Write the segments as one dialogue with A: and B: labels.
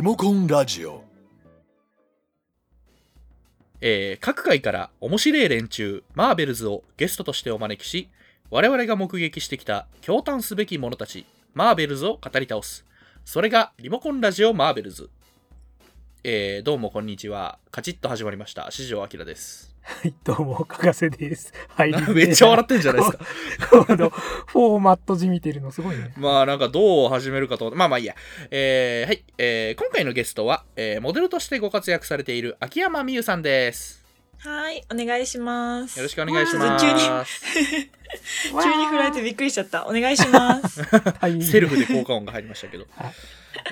A: モコンラジオ
B: えー各界から面白い連中マーベルズをゲストとしてお招きし我々が目撃してきた驚嘆すべき者たちマーベルズを語り倒すそれがリモコンラジオマーベルズ、えーどうもこんにちはカチッと始まりました四条明です。
C: はい、どうも、かがせです。はい
B: めっちゃ笑
C: っ
B: ってんじゃないですか
C: この、フォーマット字見てるのすごい ね。
B: まあなんかどう始めるかと思ってまあまあいいや、えーはい、えー今回のゲストは、えーモデルとしてご活躍されている秋山美優さんです
D: はい、お願いします。
B: よろしくお願いしま
D: 急に
B: す
D: 急に振られてびっくりしちゃった。お願いし ます。
C: タイミング
B: セルフで効果音が入りました けど
C: はい。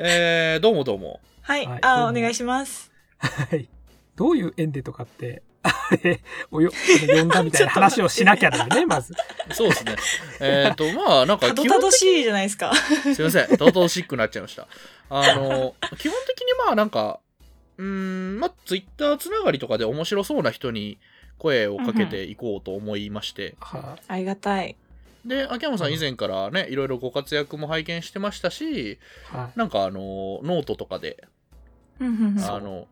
B: えー、どうもどうも。
D: はい、
C: はい
D: あ、
C: どう
D: お
C: も
D: 願いします。
C: はい。どういう縁でとかって、あれ、およ、呼んだみたいな話をしなき ゃだよね、まず。
B: そうですね。えっと、 まあ、なんか
D: たどたどしいじゃないですか。
B: すいません。とうとうシックになっちゃいました。あの、基本的にまあ、なんか、うーん、まあ、ツイッターつながりとかで面白そうな人に声をかけていこうと思いまして。
C: は
D: ありがたい。
B: で、秋山さん以前からね、いろいろご活躍も拝見してましたし、
C: い。はい。
B: なんかあの、ノートとかで、
C: そう
B: あの、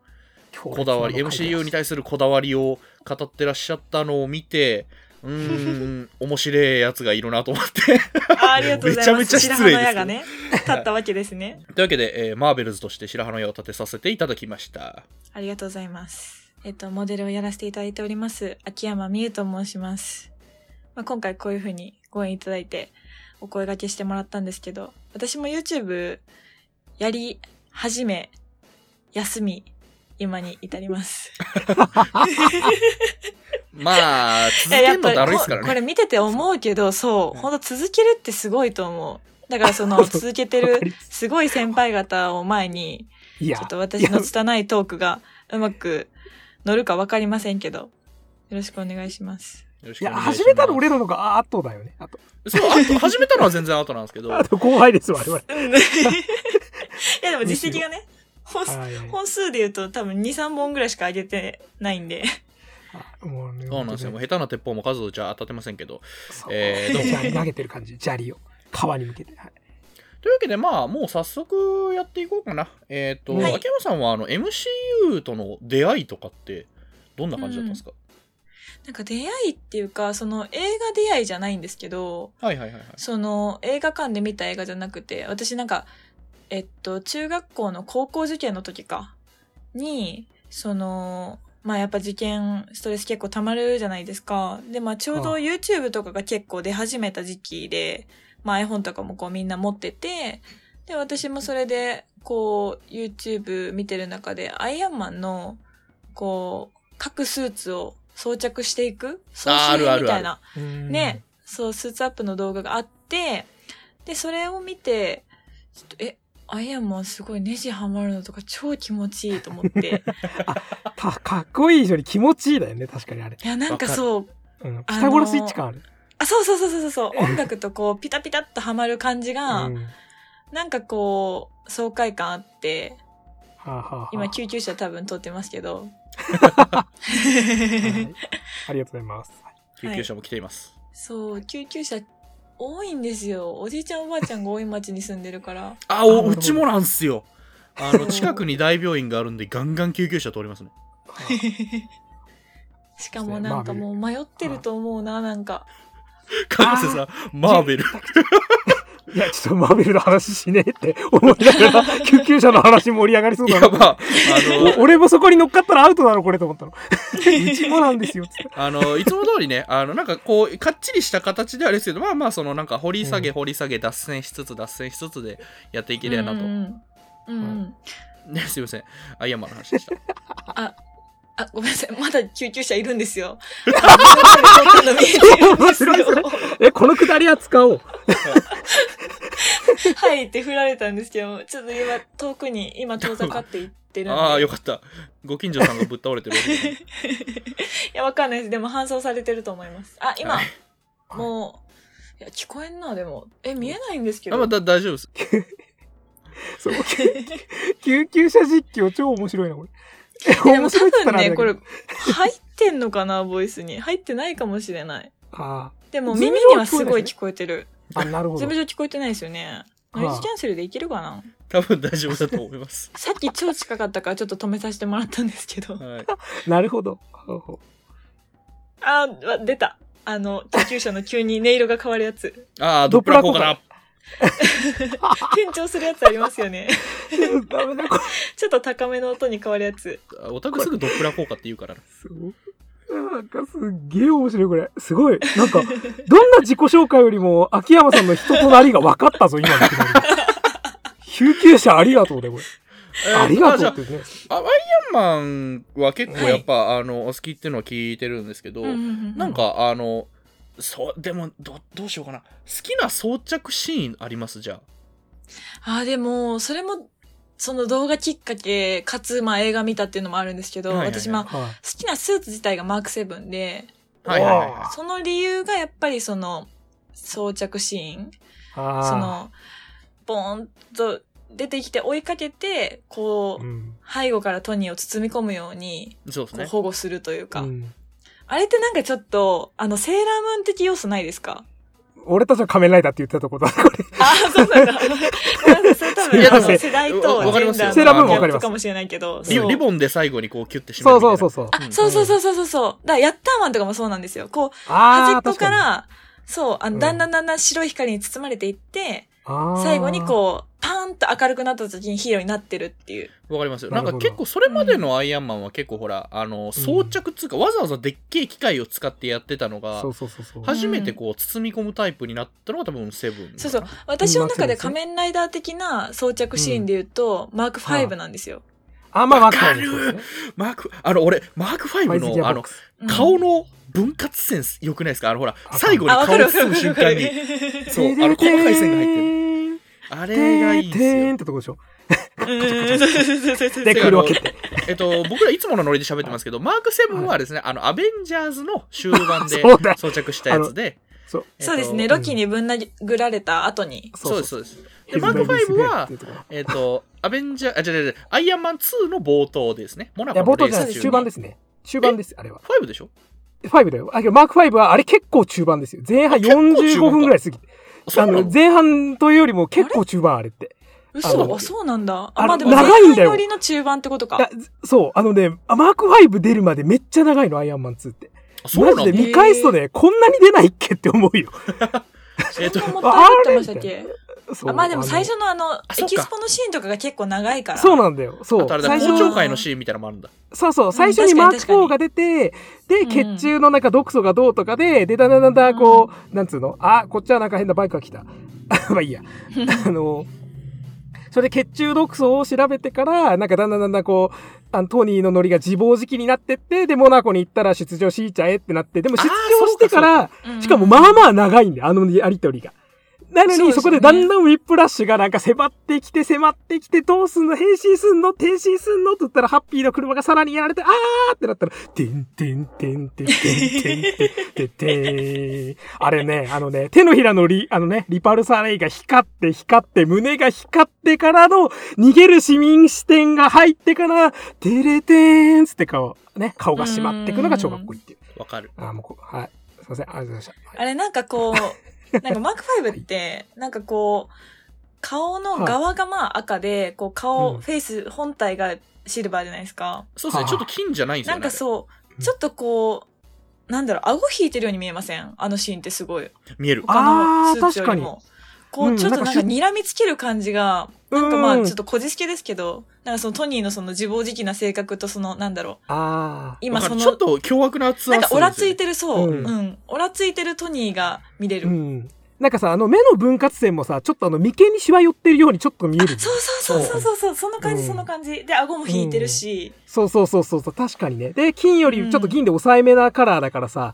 C: 今日
B: こだわり
C: いつもの回で
B: MCU に対するこだわりを語ってらっしゃったのを見てうーん 面白いやつがいるなと思って
D: あありがとうございます。
B: めちゃめちゃ失礼です
D: 白羽の矢がね、立ったわけですね。
B: というわけで、えーマーベルズとして白羽の矢を立てさせていただきま した
D: ありがとうございます。えっと、モデルをやらせていただいております、秋山美優と申します。まあ、今回こういうふうにご縁いただいて、お声掛けしてもらったんですけど、私も YouTube やり始め、休み、今に至ります。
B: まあ続
D: いや
B: け
D: や
B: る
D: っ
B: の
D: ぱ
B: だるい
D: こ
B: ですから
D: こ
B: ね
D: れ見てて思うけどそう本当続けるってすごいと思うだからその続けて
C: わ
D: る
C: かります
D: すごい先輩方を前に
C: いや
D: ちょっ、と私の拙いトークがうまく乗るか分かりませんけどよろしくお願いします
B: よろし
C: い
B: くお
C: や、
B: 願いします
C: 始めたの俺らのがあとだよね。あと、
B: そうあと始めたのは全然後なんですけど
C: あと後輩です、我々。
D: うんいやでも実績がね本数
C: はい。
D: 本数で言うと多分23本ぐらいしか上げてないんで
C: あもうね、
B: そうなんですよもう下手な鉄砲も数じゃ当たってませんけど
C: そう
B: えーどうも
C: 砂利投げてる感じ、砂利を。川に向けて。はい
B: というわけでまあもう早速やっていこうかなえっ、と、
C: はい
B: 秋山さんはあの MCU との出会いとかってどんな感じだったんですか、
D: なんか出会いっていうかその映画出会いじゃないんですけど
B: はいはいはいはい
D: その映画館で見た映画じゃなくて私なんかえっと中学校の高校受験の時かにそのまあやっぱ受験ストレス結構たまるじゃないですかでまあちょう
C: あ
D: ど
C: あ
D: YouTube とかが結構出始めた時期でまあ iPhone とかもこうみんな持っててで私もそれでこう YouTube 見てる中でアイアンマンのこう各スーツを装着していく装
B: ああ
D: 飾
B: るあるある
D: みたいな
C: うん
D: ね、そう、スーツアップの動画があって、で、それを見て、ちょっと、え、アイアンマンすごいネジハマるのとか超気持ちいいと 思って。
C: たかっこいい以上に気持ちいいだよね、確かにあれ。
D: いや、なんかそう、
C: うん、ピタゴラスイッチ感ある。
D: あ、そうそうそうそうそう、音楽とこう、ピタピタっとハマる感じが、
C: うんは
D: なんかこう、爽快感あって、
C: あはあはあ
D: 今救急車多分通ってます けど。
C: はいありがとうございます。
B: 救急車も来ています、
D: そう、救急車多いんですよ。おじいちゃんおばあちゃんが多い町に住んでるから。
B: あ
C: なる
B: お
C: ほど
B: うちもなんすよあの
D: そう
B: 近くに大病院があるんでガンガン救急車通りますね
D: しかもなんかもう迷ってると思うな、なんか。
B: か瀬さんマーベル
C: いや、ちょっとマーベルの話しねえって思いなが ら、救急車の話盛り上がりそう
B: い
C: だ
B: や
C: な。
B: まああ
C: お俺もそこに乗っかったらアウトだろ、これと思ったの。 うちもなんですよ、つって。
B: のあのいつも通りねあのなんかこうかっちりした形ではあれですけどまあまあそのなんか掘り下げ
C: うん
B: 掘り下げ脱線しつつ脱線しつつでやっていければなと、
D: うんうんうん、うんう ん
B: ねすいませんアイアンマンの話でした
D: あ、ごめんなさい。まだ救急車いるんで すよ。あの見えてるんですよ
C: 面白 いですえ、このくだりは使おう。
D: はいって振られたんですけど、ちょっと今遠くに、今遠ざかっていってるんで。
B: ああよかったご近所さんがぶっ倒れてるわけじゃない
D: いや、わかんないです。でも搬送されてると思います。あ、今、
B: はい
D: もう、いや、聞こえんな、でも。え、見えないんですけ
B: あ
D: ど。
B: まあだ大丈夫です
C: そう救救急車実況超面白いな、これ。え、
D: で
C: 面
D: も
C: 白い
D: 多
C: っつった
D: 分
C: らあ
D: ね、
C: だ
D: こ
C: け
D: れ、
C: ど。
D: 入ってんのかな、ボイスに。入ってないかもしれない。
C: あ
D: でも
C: ズーム
D: 耳
C: 上
D: に
C: は聞こえ
D: はす
C: ない
D: ごい
C: です
D: 聞こえてる。
C: あ、あなるほ
D: ズ
C: ど
D: ーム。上聞こえてないですよね。ノイズキャンセルでいけるかな
B: 多分大丈夫だと思います。
D: さっき超近かったからちょっと止めさせてもらったんですけど。
B: はい。
C: なるほど。 ほうほ
D: あー、わ出た。あの、救急車の急に音色が変わるやつ。
B: ああ、ドップラー効果だ。
D: 転調するやつありますよね。
C: うダメだ、これ。ち
D: ちょっと高めの音に変わるやつ。
B: オタクすぐドップラー効果って言うからな。
C: なんかすっげえ面白いこれ。すごい。なんか、どんな自己紹介よりも、秋山さんの人となりが分かったぞ、今のくだり。救急車ありがとうね、これ。ありが
B: じ
C: と
B: ゃ
C: う
B: あ
C: っ、てね。
B: アワイアンマンは結構やっぱ、あの、お好きっていうのは聞いてるんですけど、
D: な
B: なんかあの、そう、でも、ど、どうしようかな。好きな装着シーンありますじゃあ。
D: ああ、でも、それも、その動画きっかけ、かつ、まあ映画見たっていうのもあるんですけど、
B: はいはいはい
D: 私、まあ、好
C: は
D: きなスーツ自体がマークセブンで、
B: はいはいはい、はい。
D: その理由がやっぱりその、装着シーン。
C: い。あ
D: そ
C: あ。
D: の、ボーンと出てきて追いかけて、こう、
C: うん。
D: 背後からトニーを包み込むように、
B: そうです
D: こう
B: ね。
D: 保護するというか、
C: うん
D: あれってなんかちょっと、あの、セーラームーン的要素ないで すか
C: 俺たちは仮面ライダーって言ってたとこだ、これ。
D: ああ、そうなんだ。 なんかそれ多
C: い
D: 分、
C: やで
D: あ
C: も
D: の世代とジ
B: わわかり
D: ェ
B: ま
D: ン
B: すよ
D: ダ
C: セーラームー
D: ー
C: ンもわか
D: のギ
C: り
D: ャッ
C: ま
D: プ
C: す
D: かもしれないけど、
B: リ
D: そう
B: リボンで最後にこうキュッて締め
C: そ
B: る
C: う
B: みたい
C: そ
B: な
C: うそうそう。
D: あ、そうそうそうそうそうそう。だからヤッターマンとかもそうなんですよ。こう、
C: あ
D: 端
C: あ、
D: っこ
C: 確
D: か
C: かに。
D: ら、そう、あ
C: う
D: の、
C: ん
D: だんだんだんだん白い光に包まれていって、
C: あー
D: 最後にこう、パーンと明るくなった時にヒーローになってるっていう。
B: わかりますよ。
C: な
B: なん
C: るほ
B: か
C: ど
B: 結構それまでのアイアンマンは結構ほら、あの、装着つうか、わざわざでっけえ機械を使ってやってたのが
C: そ、うそうそうそう。
B: 初めてこう包み込むタイプになったのが多分セブン。
D: そうそう。私の中で仮面ライダー的な装着シーンで言うと、マーク5なんですよ。
C: あんま分か
B: わか
C: る。
B: マーク、あの、俺、マーク
C: マイズ
B: 5
C: ギ
B: の、
C: ア
B: あ
C: ボッ
B: の
C: ク、ス
D: うん
B: 顔の分割センス良くないですかあの、ほら、
C: あ
B: 最後に
D: あ、わ
B: 顔を
D: かるわか
B: 包
D: る
B: む
D: わ
B: 瞬
D: か
B: 間
D: る。
B: に、そう、あの、細かい線が入ってる。あれがいいんです
C: てー
B: よ
C: んっ。てとこでしょ。
D: うんそうそうそうそうそう
C: で、
B: く
C: く
B: る
C: る
B: わ
C: わ
B: け
C: け
B: っ
C: って。
B: えっと、僕らいつものノリで喋ってますけど、マーク7はですね、あの、アベンジャーズの終盤で
C: そうだ
B: 装着したやつで、
C: そう。
B: えっと
D: そうですね。ロキにぶん殴られた後に。
B: そうです、そうです。で、
C: ヘズ
B: マー
C: ダ
B: ク
C: イビス
B: 5
C: で
B: は
C: ってい、うところ
B: えっ、と、アベンジャー、あ、違う違う違う、アイアンマン2の冒頭ですね。モナ
C: いや、
B: コ
C: 冒
B: のレー
C: 頭じゃない
B: ス
C: で
B: 中に。
C: す。中盤ですね。中盤です、あれは。
B: 5でしょ
C: 5だよ。あ、けどマーク5は、あれ結構中盤ですよ。前半45分ぐらい過ぎて。
B: そ
C: あ
B: うな
C: の、
B: の
C: 前半というよりも結構中盤、あれって。あ
D: 嘘
C: の
D: あ、そうなんだ。
C: あ
D: あ、まあでも、
C: 長いんだよ
D: 前半よりの中盤ってこと
C: いや
D: か。
C: そう、あのね、あマーク5出るまでめっちゃ長いの、アイアンマン2って。
B: そう
C: マ
B: な
C: ジで
B: んだ。
C: 見返すとね、こんなに出ないっけって思うよ。
B: えっ、
D: そん
B: と、
D: なもったいぶってましたっけ
C: そう
D: あまあでも最
C: の
D: 初のあの、
B: そ
D: エ
B: っか
D: キスポのシーンとかが結構長いから。
C: そうなんだよ。そ
B: あ
C: う。
B: とあれだ、
C: 最
B: 公
C: 初
B: 聴会のシーンみたいなのもあるんだ。
C: そうそう、
D: ん
C: 最初にマーク
D: 確かに
C: 4が出て、で、
D: ん
C: 血中のなんか毒素がどうとかで、で、だんだんだんだんこう、なんつうのあ、こっちはなんか変なバイクが来た。 まあいいや。 あの、それで血中毒素を調べてから、なんかだんだんだんだんこう、あのトニーのノリが自暴自棄になってって、で、モナコに行ったら出場しちゃえってなって、でも出場してから、
D: うんうん
C: しかもまあまあ長いんだよ、あのやりとりが。なの
D: そうで
C: に、
D: すよ
C: そ
D: ね
C: こでだんだんウィップラッシュがなんか迫ってきて、迫ってきて、どうすんの変身すんの転身すんのって言ったら、ハッピーの車がさらにやられて、あーってなったら、てんてんてんてんてんてんてんてんてん。あれね、あのね、手のひらのリ、あのね、リパルサレイが光って光って、胸が光ってからの、逃げる市民視点が入ってから、てれてーんつって顔、ね、顔が閉まってくのが超かっこいいっていう。
B: わかる。
C: あー、もうこ、はい。すいません、ありがとうございました。はい
D: あれなんかこう、なんかマーク5って、なんかこう、顔の側がまあ赤で、こう顔、
C: うん
D: フェイス本体がシルバーじゃないですか。
B: そうですね、
C: はあ
B: ちょっと金じゃないんですよ
D: な
B: ね。
D: んかそうう、ちょっとこう、なんだろう、顎引いてるように見えませんあのシーンってすごい。
B: あれ見える。
D: 他のスーツより
C: あー
D: も。こ
C: う
D: う、
C: ん
D: ちょっと
C: な
D: なんん
C: か
D: か
C: し
D: 睨みつける感じが、なんかまあ
C: うん
D: ちょっとこじつけですけど、なんかそのトニーのその自暴自棄な性格とその、なんだろう、
C: ああ。
D: 今
B: わか
D: そ
B: る
D: の
B: ちょっ、と凶悪なツア
D: なん
B: ー
D: かオラつい
B: て
D: てるそう、
C: う
D: うんん、オラついてるトニーが見れる。
C: うん。なんかさ、あの目の分割線もさ、ちょっとあの眉間にしわ寄ってるようにちょっと見える。
D: そうそうそうそうそうそう、その感じ、
C: うん
D: その感じ。で、顎も引いてるし、
C: そうそうそうそうそう、確かにね。で、金よりちょっと銀で抑えめなカラーだからさ、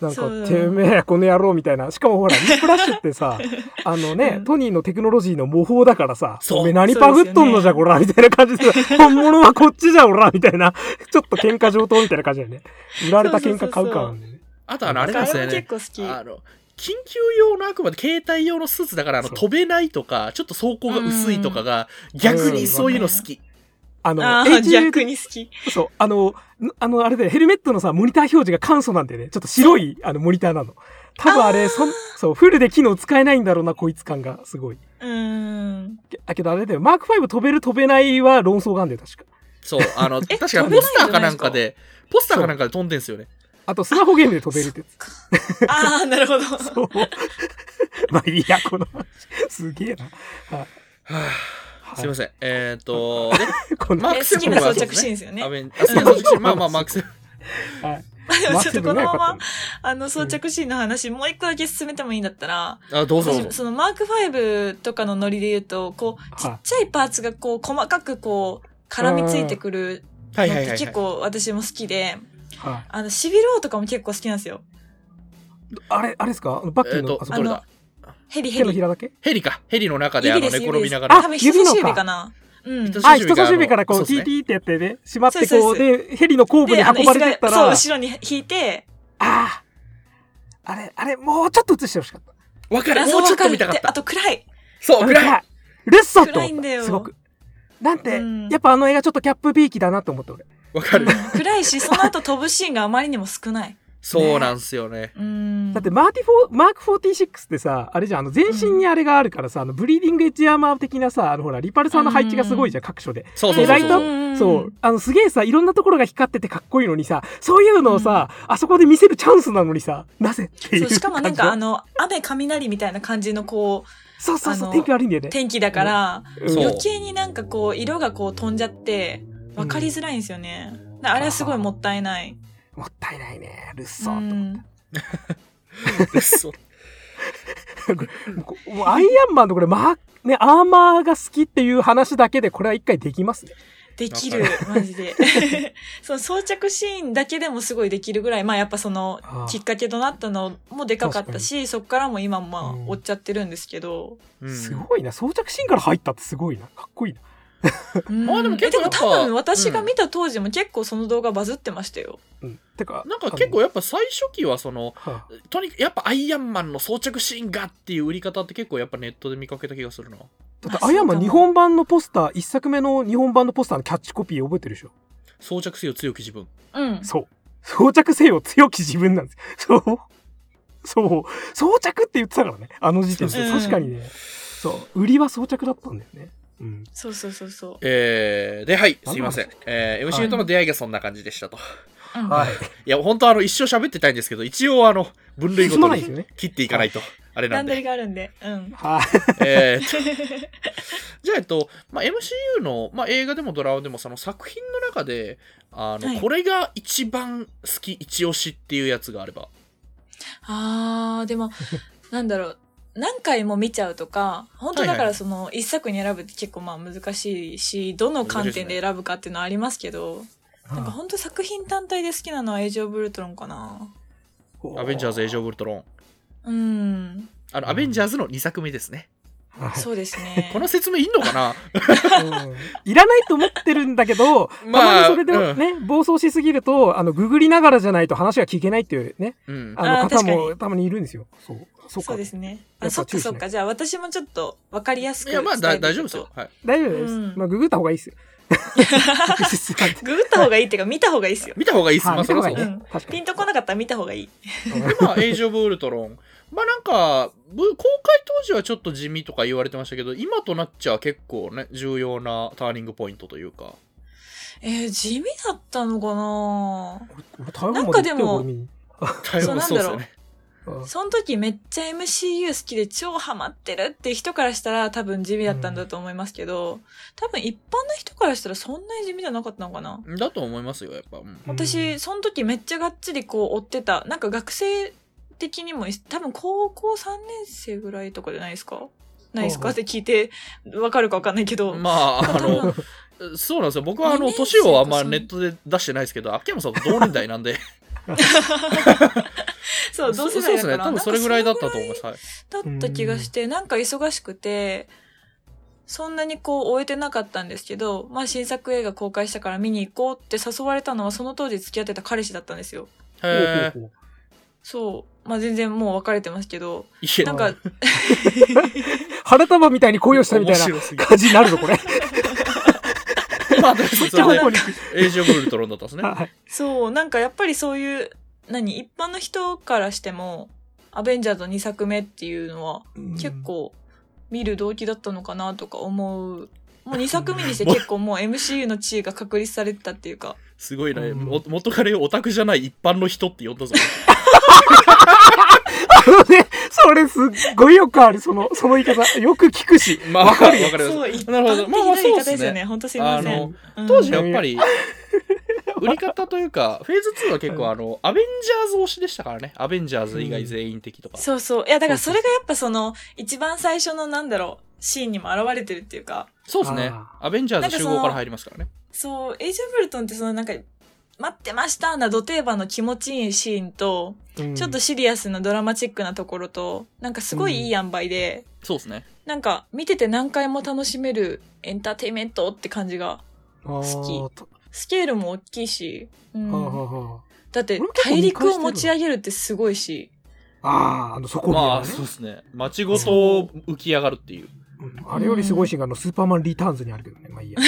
C: なんか
D: そ、う
C: てめえ、この野郎みたいな。しかもほら、リップラッシュってさ、あのね、
D: うん
C: トニーのテクノロジーの模倣だからさ、
B: そう
C: おめえ何パグっとんのじゃ、こら、みたいな感じでさ、 本物はこっちじゃ、おら、みたいな。ちょっと喧嘩上等みたいな感じだよね。売られた喧嘩買うからね。
B: あとあの、あれ
D: あ
B: なんです
D: れ
B: よ
D: も
B: ね
D: 結。構好き。
B: あの緊急用のあくまで携帯用のスーツだからあの
C: そう
B: 飛べないとかちょっと走行が薄いとかが逆にそういうの好き、
C: あの、
D: ああ、
C: HL
D: 逆に好き。
C: そう、あの、んあの、あれで、ヘルメットのさ、モニター表示が簡素なんでね、ちょっと白い、あの、モニターなの。多分あれ、
D: あー
C: そん、そう、フルで機能使えないんだろうな、こいつ感がすごい。
D: うーん。
C: けだけどあれだよ、マーク5飛べる飛べないは論争があんだよ、確か。
B: そう、あの、確
D: え
B: かポ
D: 飛べないんじゃないです
B: ス
D: か
B: ターかなんかで、ポスターかなんかで飛んでんすよね。
C: あと、スマホゲームで飛べるってやつ。
D: ああ、なるほど。
C: そう。 まあいいや、この話。すげえな。
B: はあ、すいま
C: せ
B: せん。えっ、ー、と、で
C: ん。こ の、
B: マ
D: え
B: ークセ
D: 好
B: ブ
D: き
B: ン
D: な
B: は
D: 装
B: そう
D: 着
B: で
D: シ
B: す
D: ーン
B: ね。
D: ですよね
B: ア。ベンあ好きな装着シーンまあまあ、マークセブン。
C: はい。
D: で もちょっとこ
C: マークセブン
D: のま
C: が良かった
D: ま
C: ね、
D: あの、装着シーンの話、もう一個だけ進めてもいいんだったら、
B: あ、どうぞどう
D: 私
B: ぞ。
D: そのマーク5とかのノリで言うと、こう、ち
C: は
D: っちゃいパーツがこう、細かくこう、絡みついてくる
B: は
D: の
B: いはいは
D: っ
B: いは
D: て
B: い。
D: 結構私も好きで、
C: い。はい。
D: あの、シビローとかも結構好きなんですよ。
C: あれ、あれですかバッキ
B: え
C: ー
B: っ、
C: の、
B: と
C: あ、そこ
B: どれだ
D: ヘリヘ
C: 手の
D: リ。
C: ひらだけ
B: ヘリか。ヘリの中であ
D: 指
B: の
D: です
B: 寝転びなが
C: あ
B: ら。
D: 多分人差し指かな。うん。
B: 人
C: あ、
B: 差し指
C: 人
B: が
C: 差し指からこ
B: あ
C: う、
B: のそうで
C: TT
B: すね
C: ってやってね、しまって
D: そ
C: こ
D: う
C: う、
D: で
C: で、ヘリの後部に
D: で、あの、
C: 運ばれてった
D: そう、
C: ら、あ
D: 後ろに引いて、
C: あー、あれ、あれ、もうちょっと映してほしかった。
B: わかる。
D: 謎
B: もうちょっと見たかっ
D: であ
B: た。
D: と暗い。
B: そう、ぐらい。
C: い。レッソって
D: 暗
C: 思
D: いん
C: っ
D: だよ
C: た。すごく。なんて
D: うん、
C: やっぱあの映画ちょっとキャップビーキだなと思って俺。
B: わかる。
D: うん暗いし、その後飛ぶシーンがあまりにも少ない。
B: そうなんすよね。
D: うん。
C: だってマーティフォー、マーク46ってさ、あれじゃん、あの全身にあれがあるからさ、あのブリーディングエッジアーマー的なさ、あのほら、リパルさんの配置がすごいじゃん、各所で。
B: そうそ
C: で
B: うそ
C: ラ
B: うそう
C: イトア
D: うんうん
C: ッ
D: うん
C: プ、そう、あのすげえさ、いろんなところが光っててかっこいいのにさ、そういうのをさ、あそこで見せるチャンスなのにさ、なぜってい
D: そううしかもなんかあ
C: 感
D: の雨雷みたいな感じのこ
C: じそうそうそう、
D: あの
C: 天気悪いんだよ
D: う
C: ね。
D: 天気だから
C: うん
B: そう
D: 余計になんかこう色がこう飛んじゃって分かりづらいんですよね、だからあれはすごいもったいない
C: もったいないね、ルッ
D: う
C: ソーと思っ
D: ん
B: そう
C: て。もうこもうアイアンマンのこれ、マーね、アーマーが好きっていう話だけで、これは一回できますね。
D: でき
B: わ
D: るマジで その装着シーンだけでもすごいできるぐらいまあやっぱその
C: あー
D: きっかけとなったのもでかかったしそっからも今もまあ
C: うん
D: 追っちゃってるんですけど、
B: うん
C: すごいな、装着シーンから入ったってすごいな、かっこいいな。
D: うん
B: あでも結構
D: え
B: やっぱ
D: 多分私が見た当時も結構その動画バズってましたよ、
C: うん、てか、
B: なんか結構やっぱ最初期はその、
C: あの、はあ
B: とにかくやっぱアイアンマンの装着シーンがっていう売り方って結構やっぱネットで見かけた気がするな。
C: だってアイアンマン日本版のポスター一作目の日本版のポスターのキャッチコピー覚えてるでしょ、
B: 装着せよ強き自分。
D: うん
C: そう装着せよ強き自分なんですそうそう装着って言ってたからねあの時点で
B: そう
D: そう
C: 確かにねそう売りは装着だったんだよねうん
D: そうそうそうそ
B: えー、で、はい、すいません。えー、
C: はい
B: MCU との出会いがそんな感じでしたと。
D: う、うん、
C: はい
B: いや、本当あの、一生喋ってたいんですけど、一応あの、分類ご
C: 進ま
B: と
C: ないです
B: に
C: よね
B: 切っていかないと、あれな
D: 段
B: ん
D: 取り
B: で。
D: があるんで。うん。
C: はい
B: えー、 じゃあ、えっと、まあ、MCU の、まあ、映画でもドラマでも、その作品の中で、あの、
D: はい
B: これが一番好き、一押しっていうやつがあれば。
D: あー、で も、なんだろう。何回も見ちゃうとか、本当だ
B: はい
D: か
B: は
D: ら
B: い
D: その一作に選ぶって結構まあ難しいし、どの観点で選ぶかっていうのはありますけど、なんか本当作品単体で好きなのはエイジオブルートロンかな。
B: アベンジャーズ・エイジ・オブ・ルトロン。
D: うん。
B: あの、
C: うん
B: アベンジャーズの2作目ですね。
C: はい
D: そうです ね。
B: この説明いんのか な
C: うんいらないと思ってるんだけど、
B: まあ
C: たまにそれでね、暴走しすぎると、あの、ググりながらじゃないと話が聞けないっていうね、
B: うん。
C: あ
D: あー
C: の方
D: 確か
C: もたまにいるんですよ。そう。そう
D: そ
C: か
D: う。ですね。
C: や
D: あ、
C: っ
D: そ
C: ぱ
D: っか
C: 注意し
D: そ
C: ない
D: っか。じゃあ私もちょっとわかりやすく
B: いや、まあ、だ
D: 伝えて
B: 大
D: い
B: 丈夫
D: く
B: です
D: と
B: よ。。はい。
C: 大丈夫です。
D: うん
C: まあ、ググった方がいい ですよ。
D: ググった方がいいっていうか見た方がいいですよ。
B: 見た方がいいっす。ま
C: は
B: あ、
C: い、
B: それはそ
C: がいうい
B: だ。
D: ね
C: ね。確か
D: ピン
C: に。
D: とこなかったら見た方がいい。
B: で、まあ、エイジ・オブ・ウルトロン。まあ、なんか、ぶ公開当時はちょっと地味とか言われてましたけど、今となっちゃ結構ね、重要なターニングポイントというか。
D: えー、地味だったのかな
C: 俺台湾まで行ったよ、俺見に。
B: 大
D: そうなんだろう
B: ね。
C: うん
D: その時めっちゃ MCU 好きで超ハマってるって人からしたら多分地味だったんだと思いますけど、多分一般の人からしたらそんなに地味じゃなかったのかな、
B: だと思いますよ、やっぱ。うん
D: 私、その時めっちゃがっつりこう追ってた。なんか学生的にも多分高校3年生ぐらいとかじゃないですかないですか
C: うん
D: って聞いてわかるかわかんないけど。
B: まあ、あ
D: 多分
B: の、そうなんですよ。僕は、あ
D: 二
B: の、
D: 年生
B: 年をあんま
D: とそん
B: ネットで出してないですけど、秋山さんと同年代なんで、
D: そう、同
B: そ
D: 世
B: う
D: 代
B: です
D: だか
B: ね。
D: ら。
B: 多分それぐらいだったと思い
D: なんかそのぐらい
B: ます。はい。
D: だった気がして、なんか忙しくて、そんなにこう終えてなかったんですけど、まあ新作映画公開したから見に行こうって誘われたのはその当時付き合ってた彼氏だったんですよ。
B: へ
C: ほうほうほう
D: そう。まあ全然もう別れてますけど、
B: ーいや
D: なん か、
C: 花束みたいに恋をしたみたいな
B: 面白すぎる
C: 感じになるぞ、これ。
B: まあ、とりあえずそれで
C: これ
B: エイジオブウルトロンだったんですね。
C: はい
D: そう、なんかやっぱりそういう、何、一般の人からしても、アベンジャーズ2作目っていうのは、
A: うん
D: 結構見る動機だったのかなとか思う。もう2作目にして結構もう MCU の地位が確立されてたっていうか、
B: すごいね、
C: うん
B: も元彼をオタクじゃない一般の人って呼ん だぞ
C: あのね、それすっごいよくある、その、その言い方。よく聞くし。
B: まあわかるわかる
D: そう、一
B: なるほ
D: 般
B: ど
D: 的
B: まあまあ
D: な言い
B: そう
D: 方
B: で
D: ですすよね。
B: ね
D: ほんとすい
B: あ
D: ません。
B: の
D: うん
B: 当時はやっぱり売り方というかフェーズ2は結構あのアベンジャーズ推しでしたからねアベンジャーズ以外全員的とか、
D: そうそう。いや、だからそれがやっぱその、一番最初のなんだろう、シーンにも現れてるっていうか、
B: そうですね
C: あ
B: アベンジャー
D: なん
B: ズ
D: か
B: 集
D: その
B: 合から入りますからね
D: そう、エイジ・ブルトンってそのなんか、待ってましたなド定番の気持ちいいシーンと、
C: うん
D: ちょっとシリアスなドラマチックなところと、なんかすごいいい塩梅で、
B: そうですね
D: なんか見てて何回も楽しめるエンターテインメントって感じが、好
C: き。
D: スケールも大きいし、うん
C: はあはあは
D: だって
C: 俺も結構
D: 大
C: 見返してる
D: 陸を持ち上げるってすごいし、
C: ああー、あの、そこ
B: まあ
C: ね
B: そうですね街ごと浮き上がるっていう
C: うんあれよりすごいシーンがあの、スーパーマンリターンズにあるけどね。まあ いいや。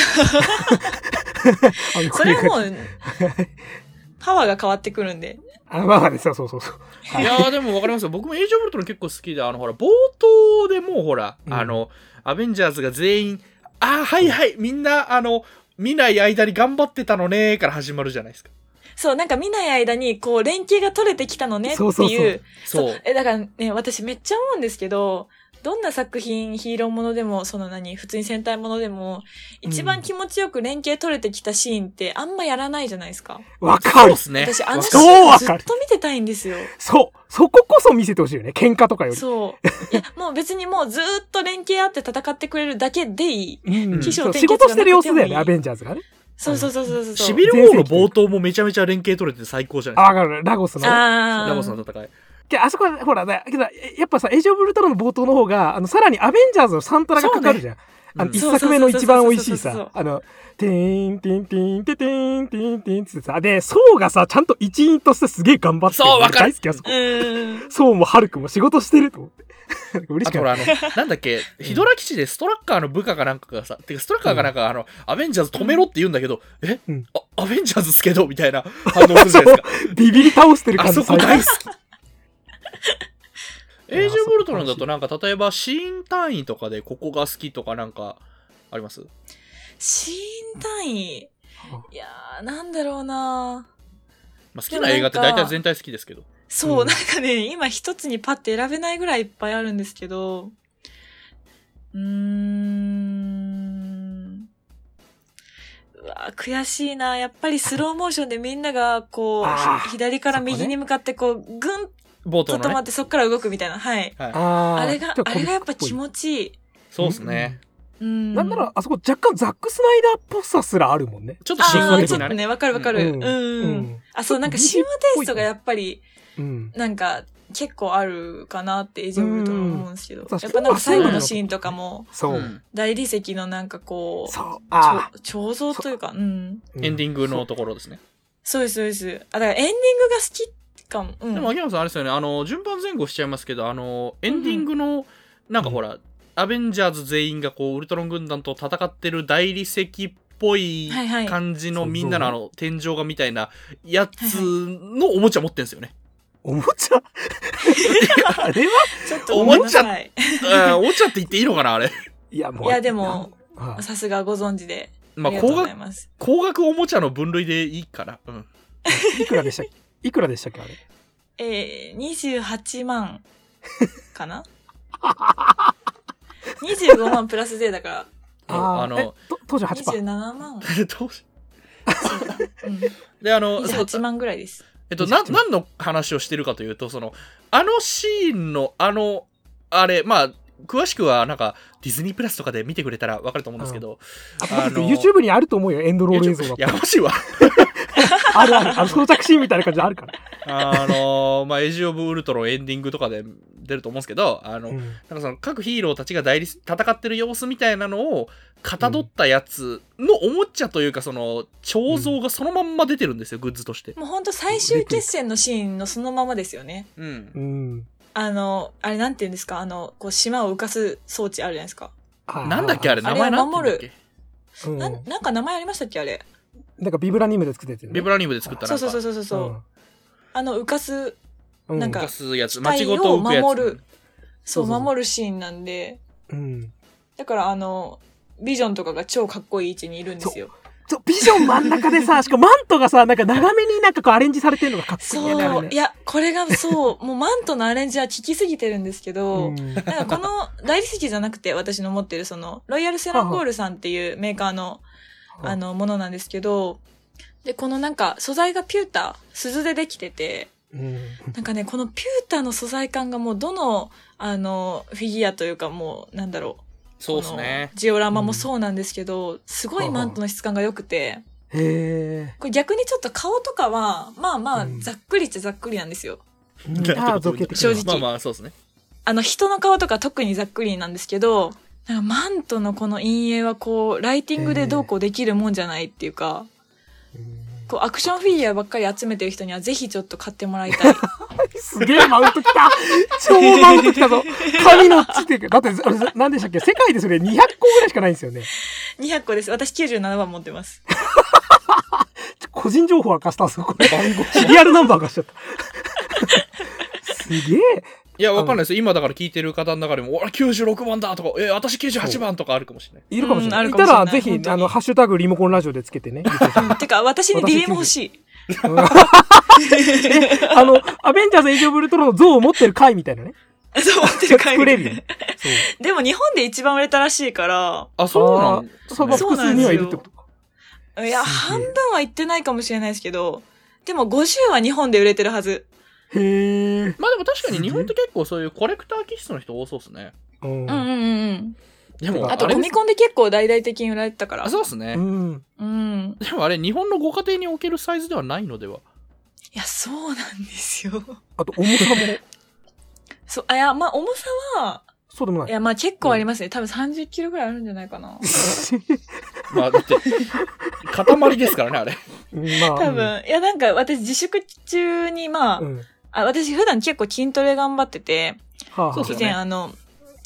C: あの
D: それはも
C: こ
D: う、パワーが変わってくるんで。
C: あ、まあまあね、そうそうそうそう。
B: いや ーでも分かりますよ僕もエイジ・オブ・ウルトロン結構好きであのほら冒頭でもうほら、
C: うん
B: あのアベンジャーズが全員「ああはいはいみんなあの見ない間に頑張ってたのね」から始まるじゃないですか
D: そう、なんか見ない間に、こう、連携が取れてきたのねってい。
C: そううそうそう
B: そう
D: え、だからね、私めっちゃ思うんですけど、どんな作品、ヒーローものでも、その何、普通に戦隊ものでも、一番気持ちよく連携取れてきたシーンってあんまやらないじゃないですか。
C: わか
B: そう
C: る
B: っ。すね
D: 私、あのシー
C: そう
D: ン
C: わ
D: ずっ
C: かる
D: と見てたいんですよ。
C: そう。そここそ見せてほしいよね。喧嘩とかより。
D: そう。いや、もう別にもうずーっと連携あって戦ってくれるだけでいい。
C: うん
B: 起
D: 承
C: そう
D: 転
C: 仕事してる様子だよ
D: 結がなくてもいい
C: ね、アベンジャーズがね。
D: そうそうそうそうそう。
B: シビルウォーの冒頭もめちゃめちゃ連携取れて最高じゃない
C: あ、わかる。ラゴスの。
B: です
D: あ
B: か
D: ー
B: ラモスの戦い
C: けどあそこは、ほら、だけど、やっぱさ、エイジオブウルトロンの冒頭の方が、あの、さらにアベンジャーズのサントラがかかるじゃん。あの、
B: うん
C: 一作目の一番美味しい
D: そうそうそう
C: さ
D: そ、
C: あの、テーン、ティン、ティン、テテーン、ティン、ティンってさ、で、ソウがさ、ちゃんと一員としてすげえ頑張ってる
B: そうわかる
C: 大好きあそこ
D: う。ーん。
C: ソウもハルクも仕事してると思って。なんか嬉
B: あ
C: し
B: とほ
C: かっ
B: ら
C: た。
B: あのなんだっけヒドラ基地でストラッカーの部下かなんかがさてかストラッカーがなんかあの、アベンジャーズ止めろって言うんだけど、え、
C: うん
B: あアベンジャーズすけどみた いな反応するじゃないですか
C: ビビり倒してる
B: あ
C: 感じ
B: そこ大好き。エイジ
C: あそ
B: オ
C: こ
B: ブ・ウルトロンだとなんか例えばシーン単位とかでここが好きとかなんかあります
D: シーン単位。いやー、なんだろうな
B: まあ好きな映画って大体全体好きですけど。
D: そう、
C: うん
D: なんかね、今一つにパッて選べないぐらいいっぱいあるんですけど、うーん。うわー悔しいな。やっぱりスローモーションでみんなが、こ
C: あ
D: う、
C: ー
D: 左から右に向かって、こう、ぐん
B: 冒
D: ち
B: 頭
D: ょっと
B: の
D: 待っ
B: ね。
D: て、そっから動くみたいな。はい。
B: はい、
C: あー
D: あれが、あれがやっぱ気
C: ちょとコミックぽ
D: 持ちいい。
B: そうですね。
D: う
C: い
D: ん。
C: なんなら、あそこ若干ザック・スナイダーっぽさすらあるもんね。
B: ちょっとシン
D: あ
B: ク
D: あ、
B: 的
D: ちょっ
B: な
D: と
B: ね。
D: ね、わかるわかる。
C: うん
D: う。
C: うんん。
D: あ、そう、なんかシームテイストがやっぱり、
C: うん。
D: なんか結構あるかなってエイジオブウルトロン思うんですけど、
C: うん
D: やっぱなんか最後のシーンとかも
C: そうう。
B: ん
D: 大理石のなんかこう
C: そう。あ
D: ちょ彫像というかうん
C: ー
B: エンデ
C: ン
B: ィングのところですね。
D: そうですそうですあだからエンディングが好きかも、うん、
B: でも、秋山さん、あれですよね、あの、順番前後しちゃいますけど、あの、エンディングの、なんかほら、アベンジャーズ全員がこう、ウルトロン軍団と戦ってる大理石っぽい
D: はいはい
B: 感じの
C: そうそう
B: みんなのあの、天井画みたいなやつのおもちゃ持ってんですよね。
C: おもちゃ あれは
D: ちょっとごめんなさい
B: うんおもちゃって言っていいのかな、あ れ。
C: いや、もう。
D: いやでも、
C: はい
D: さすがご存知であ
B: まあ、
D: りがとう
B: 高
D: ござい
B: 額、
D: ます、
B: 高額おもちゃの分類でいいかな。うん。
C: いくらでしたっけいくらでしたっけあれ。
D: えー、28万かな25万プラス税だから
B: あ
C: あ
B: の
C: の、えと当時8番。
D: 27万
B: どうし
D: そうだ、うん、
B: で、あの、そう
D: 28万ぐらいです
B: えっと、な、
C: 28
B: 何の話をしてるかというと、その、あのシーンの、あの、あれ、まあ、詳しくは、なんか、ディズニープラスとかで見てくれたらわかると思うんですけど、
C: あと、
B: あの
C: YouTube にあると思うよ、エンドロール映像
B: YouTube
C: が。
B: やかましいわ。
C: あるある。あの、装着シーンみたいな感じあるから。
B: あの、まあ、エイジ・オブ・ウルトロンエンディングとかで出 ると思うんですけど、あの、
C: う
B: なん
C: ん
B: かその、各ヒーローたちが代理戦ってる様子みたいなのを、かたどったやつのおもちゃというか、その、彫像がそのまんま出てるんですよ、グッズとして。
D: もうほんと最終決戦のシーンのそのままですよね。
B: うん
C: う。ん。
D: あの、あれなんて言うんですかあの、こう島を浮かす装置あるじゃないですか。
C: はい
B: なんだっけ、あれ、名前なんて言うんだっけ
C: うん
D: な、
C: なん
D: なんか名前ありましたっけあれ。
C: んかビブラニウムで作っててね。
B: ビブラニウムで作ったな
D: そうん
B: か
D: そうそうそうそう。あの、浮かす
C: うん
D: なんか
B: 浮かすやつ、
D: 機
B: 町
D: 体
B: ごと
D: を
B: 浮くやつ。
D: 守る。そう
C: そうそうそう
D: 守るシーンなんで
C: うん。
D: だからあのビジョンとかが超かっこいい位置にいるんですよ
C: ちょビジョン真ん中でさ、しかもマントがさ、なんか長めになんかこうアレンジされてるのがかっこいい
D: そ
C: よね。あ
D: う
C: れね
D: いやこれがそう もうマントのアレンジは効きすぎてるんですけど、
C: うん
D: なんかこの大理石じゃなくて私の持ってるそのロイヤルセランコールさんっていうメーカーのあのものなんですけどでこのなんか素材がピュータ鈴でできてて
C: うん
D: なんかねこのピュータの素材感がもうどのあのフィギュアというかもうなんだろう
B: そうですね
D: こ。のジオラマもそうなんですけど、すごいマントの質感が良くて、
C: へ
D: これ逆にちょっと顔とかは、まあまあ
C: う、ん
D: ざっくりっちゃざっくりなんですよ。
C: え。ああ、どけてく
D: 正
C: る。
D: 直
B: まあまあ、そうですね。
D: あの、人の顔とか特にざっくりなんですけど、なんかマントのこの陰影はこう、ライティングでどうこうできるもんじゃないっていうか、こう、アクションフィギュアばっかり集めてる人にはぜひちょっと買ってもらいたい。
C: すげえマウントき た超マウントきたぞ神の地って、だって、あれ何でしたっけ世界でそれ200個ぐらいしかないんですよね。
D: 200個です。私97番持ってます。
C: ちょ個人情報明かしたんですよ、これ。シリアルナンバー明かしちゃった。すげえ。
B: いや、わかんないですよ。今だから聞いてる方の中でも、俺96番だとか、えー、私98番とかあるかもしれない。
C: いるかもしれない。
D: うん
C: い
D: ある
C: た
D: かもしれない
C: ら、ぜひ
D: 本、当に
C: あの、ハッシュタグリモコンラジオでつけてね。
D: てか、私に
C: 私
D: DM 欲しい。
C: うんえあの、アベンジャーズ・エイジ・オブ・ウルトロンの像を持ってる回みたい なね。
D: そう思ってる
C: 作れるよ
D: 限り
C: ね。
D: でも日本で一番売れたらしいから、
B: あ、そうなんで
C: そ
B: す
C: うまあ
B: ね。
D: そう
C: 複数にはいるってことか。
D: いや、
C: す
D: 半
C: げえ
D: 分は言ってないかもしれないですけど、でも50は日本で売れてるはず。
C: へえ。
B: まあでも確かに日本って結構そういうコレクター気質の人多そうですね。
C: う
D: うん
C: ん。
D: うんうんうん。
B: でも、
D: あ
B: あ
D: と
B: れ
D: コミコンで結構大々的に売られてたから
B: あ。そうですね。
C: うん。
D: うん。
B: でもあれ、日本のご家庭に置けるサイズではないのではい
D: や、そうなんですよ。
C: あと、重さも、
D: そう、あ、いや、まあ、重さは、
C: そうでもないい。
D: や、まあ結構ありますね。多分30キロぐらいあるんじゃないかな。
B: まあだって、塊ですからね、あれ。
C: うんまあ
D: 多。分。いや、なんか私自粛中に、まあ、
C: うんうん。は
D: あ私普段結構筋トレ頑張ってて、
C: あはあ
B: そうそ
D: 以
B: う
D: 前あの、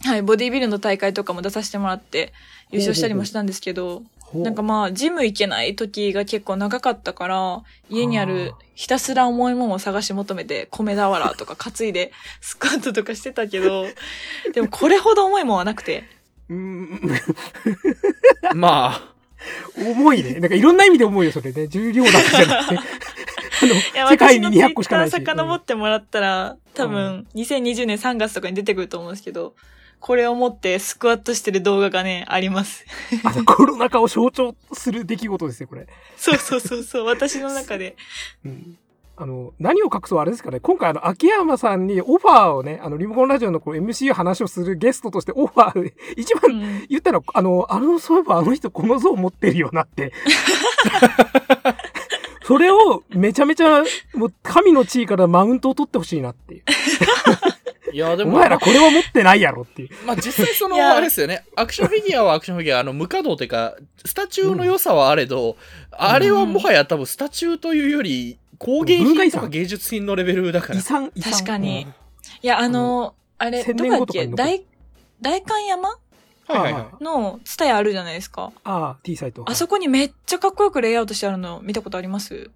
D: はい、ボディビルの大会とかも出させてもらって優勝したりもしたんですけど、
C: ほう
D: なんかまあ、ジム行けない時が結構長かったから、家にある
C: あ
D: ひたすら重いものを探し求めて、米俵とか担いで、 スクワットとかしてたけど、でもこれほど重いもんはなくて。
C: うん。
B: まあ、
C: 重いね。なんかいろんな意味で重いよ、それね。重量だけじゃ なくて。
D: い
C: あの、世界に200個しかない
D: 私
C: し。
D: の Twitter 遡ってもらったら、多分、2020年3月とかに出てくると思うんですけど、これを持ってスクワットしてる動画がね、あります。
C: うんあのコロナ禍を象徴する出来事ですよ、これ。
D: そうそうそうそう、私の中で。
C: うんあの、何を隠そうあれですかね。今回、あの、秋山さんにオファーをね、あの、リモコンラジオのこう MC 話をするゲストとしてオファー、 一
D: う
C: 番
D: ん、
C: 言ったら、あの、あの、そういえばあの人この像持ってるよな って。それをめちゃめちゃ、もう、神の地位からマウントを取ってほしいなっていう。
B: いやで
C: お
B: も、
C: 前らこれは持ってないやろっていう。
B: まあ実際その
D: い
B: あ
D: や
B: れですよねアクションフィギュアはアクションフィギュアあの無稼働というかスタチューの良さはあれど、あれはもはや多分スタチューというより工芸
C: 文化
B: 品
C: 遺
B: と
C: 産
B: か芸術品のレベルだから
C: 遺産、遺産。
D: 確かに
C: うん。
D: いや、あ
C: あ
D: の、あれ、
C: 1000
D: どこだっ
C: 年後とか
D: け
C: に残
D: 大、大観山
B: はいはいはい
D: のツタヤあるじゃないですか。
C: ああ、T サイト。
D: あそこにめっちゃかっこよくレイアウトしてあるの見たことあります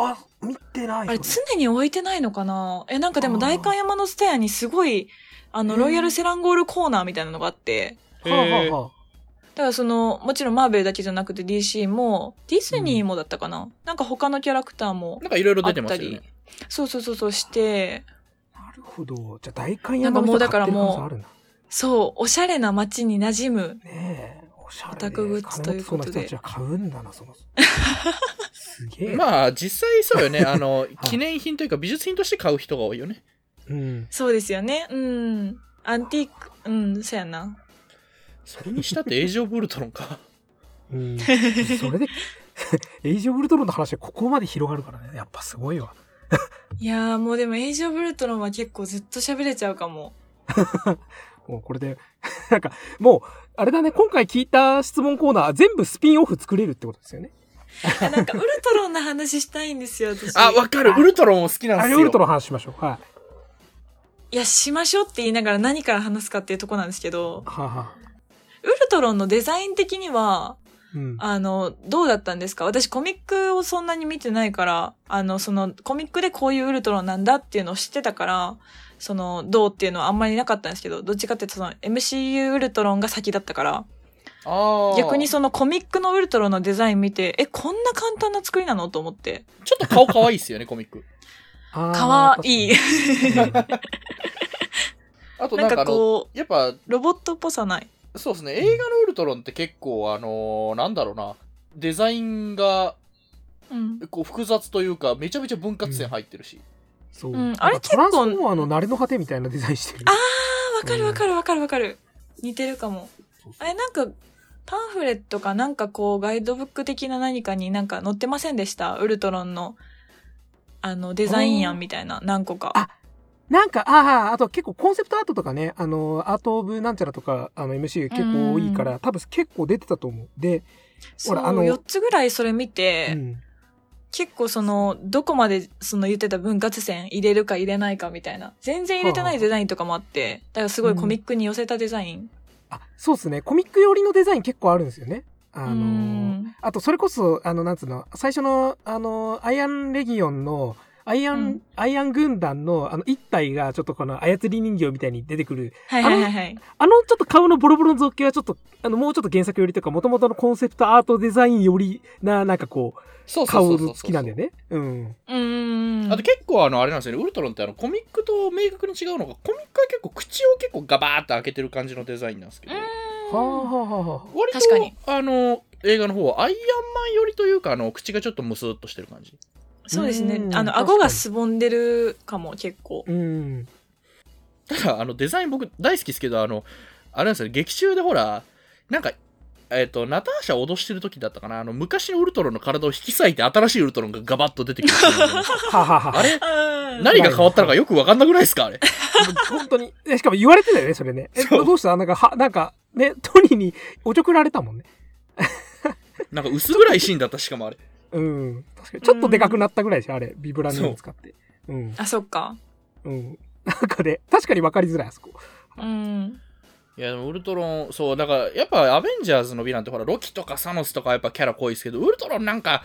C: あ、見てない。
D: あれ
C: そ
D: 常に置いてないのかなえ、なんかでも
C: あー
D: 大観山のツタヤにすごい、あの、
C: へー
D: ロイヤルセランゴールコーナーみたいなのがあって、
C: れはあはあはあ
D: だからその、もちろんマーベルだけじゃなくて DC も、ディズニーもだったかな、なんか他のキャラクターも、
B: なんかいろいろ出てますよ
D: あっ
B: ね
D: そうそうそうそうして、
C: なるほど。じゃあ、大観山の人
D: なんかもうだからもう
C: 買ってる可能性あ
D: そう、おしゃれな街に馴染む。
C: るなねえ。おしゃれで。
D: オタクグッズということで
C: 金持ちそうな人たちは買うんだな、その。 すげえ。あ、
B: まあ実際そうよねあの記念品というか美術品として買う人が多いよね
C: うん。
D: そうですよね。うん。アンティーク、うん、そうやな。
B: それに したってエイジ・オブ・ウルトロンか
C: うん。それで、 エイジオブウルトロンの話はここまで広がるからね。やっぱすごいわ。
D: いやーもうでもエイジオブルトロンは結構ずっと喋れちゃうかも。
C: もうこれで、 なんか、もう、あれだね、今回聞いた質問コーナー、全部スピンオフ作れるってことですよね。
D: いやなんかウルトロンの話したいんですよ、私。
B: あわかるウルトロンも好きなん
C: あ
B: です
C: れ
B: よ
C: ウルトロンの話しましょう。はい。
D: いや、しましょうって言いながら何から話すかっていうとこなんですけど、
C: はあはあ
D: ウルトロンのデザイン的には、
C: うん。
D: あの、どうだったんですか私コミックをそんなに見てないから、あの、そのコミックでこういうウルトラなんだっていうのを知ってたから、その、どうっていうのはあんまりなかったんですけど、どっちかっていうとその MCU ウルトロンが先だったから、
B: あー
D: 逆にそのコミックのウルトロンのデザイン見て、え、こんな簡単な作りなのと思って。
B: ちょっと顔可愛いっすよね、コミック。
C: あー
D: かわいい。。
C: 確かに
B: あと
D: な
B: なんんか
D: か
B: あの、
D: こ
B: やっぱ、
D: う、ロボットっぽさない。
B: そうですね、映画のウルトロンって結構、あのーなんだろうな、デザインが
D: うん。
B: こう複雑というか、めちゃめちゃ分割線入ってるし。
C: そう。
D: うんあれ
C: なんかトランスフォ
D: 結
C: ーマーの慣れの果てみたいなデザインしてる。
D: ああ、わかるわかるわかるわかる。似てるかも。あれなんか、パンフレットかなんかこう、ガイドブック的な何かになんか載ってませんでしたウルトロンの、あの、デザイン案みたいな、何個
C: あ
D: か。
C: なんか、ああ、あと結構コンセプトアートとかね、あの、アート・オブ・なんちゃらとか、あの、MCU 結構多いか
D: う
C: ら、多分結構出てたと思う。で、
D: そう、
C: ほらあの
D: 4つぐらいそれ見て、
C: うん。
D: 結構その、どこまでその言ってた分割線入れるか入れないかみたいな。全然入れてないデザインとかもあって、だからすごいコミックに寄せたデザイン。
C: あ、そうですね。コミック寄りのデザイン結構あるんですよね。あの
D: うん。
C: あと、それこそ、あの、なんつうの、最初の、あの、アイアンレギオンの、アイアン、
D: うん
C: アイアン軍団の、あの、一体が、ちょっとこの、操り人形みたいに出てくる、
D: はいはいはいはい。
C: あの、ちょっと顔のボロボロの造形は、ちょっと、あの、もうちょっと原作よりというか、元々のコンセプトアートデザインよりな、なんかこう、
B: そうそうそ
C: 顔
B: うそう
C: 好きなんだよね。うん。
D: うん。
B: あと結構あのあれなんですよねウルトロンってあのコミックと明確に違うのがコミックは結構口を結構ガバーって開けてる感じのデザインなんですけど
D: うん
C: はあ、はあはあはあ。
B: 割と
D: 確かに
B: あの映画の方はアイアンマン寄りというかあの口がちょっとムスっとしてる感じ
D: そうですね
C: う。ん
D: あの、
C: 確かに
D: 顎がすぼんでるかも、結構。
C: うん。
B: ただあのデザイン僕大好きですけどあのあれなんですよね劇中でほらなんかえっ、とナターシャを脅してる時だったかなあの昔のウルトロンの体を引き裂いて新しいウルトロンがガバッと出てくるシーンあるじゃないですか
C: はあはあはあ。
B: あれ
D: な
B: 何が変わったのかよく分かんなくないです かあれ
C: 本当に。えしかも言われてたよね、それね。え、
B: そう
C: どうしたなんか、は、なんか、ね、トニーにおちょくられたもんね。
B: なんか薄暗いシーンだったしかもあれ
C: うん。確かに。ちょっとでかくなったぐらいでしょ、あれ。ビブラニウム使って。うん。
D: あ、そっか。
C: うん。なんかね、確かに分かりづらい、あそこ。
D: うん。
B: いやでもウルトロンそうだからやっぱアベンジャーズのヴィランってほらロキとかサノスとかはやっぱキャラ濃いですけどウルトロンなんか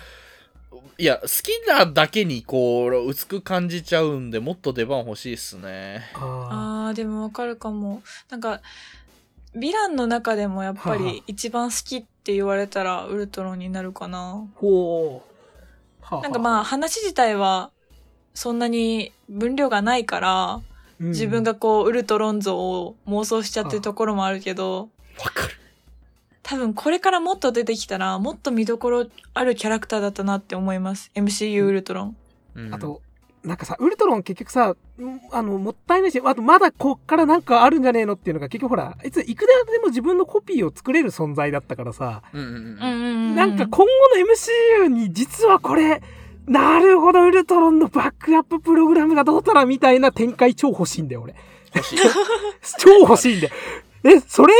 B: いや好きなだけにこう薄く感じちゃうんでもっと出番欲しいっすね
C: あ
D: あー、でもわかるかも。なんか、ヴィランの中でもやっぱ
C: はあ
D: り一番好きって言われたらウルトロンになるかな。
C: あ。ほう。
D: なんかまあ、話自体はそんなに分量がないから、
C: うん
D: 自分がこう、ウルトロン像を妄想しちゃってるところもあるけど、
B: わかる
D: 多分これからもっと出てきたら、もっと見どころあるキャラクターだったなって思います。MCU ウルトロン。
B: うん
C: あと、なんかさ、ウルトロン結局さ、うんあの、もったいないし、あとまだこっからなんかあるんじゃねえのっていうのが結局ほら、いついくらでも自分のコピーを作れる存在だったからさ、
B: うんうんうん
D: うんうんうん。
C: なんか今後の MCU に実はこれ、なるほど、ウルトロンのバックアッププログラムがどうたらみたいな展開超欲しいんだよ、俺。
B: 欲しい
C: 超欲しいんだよ。え、それ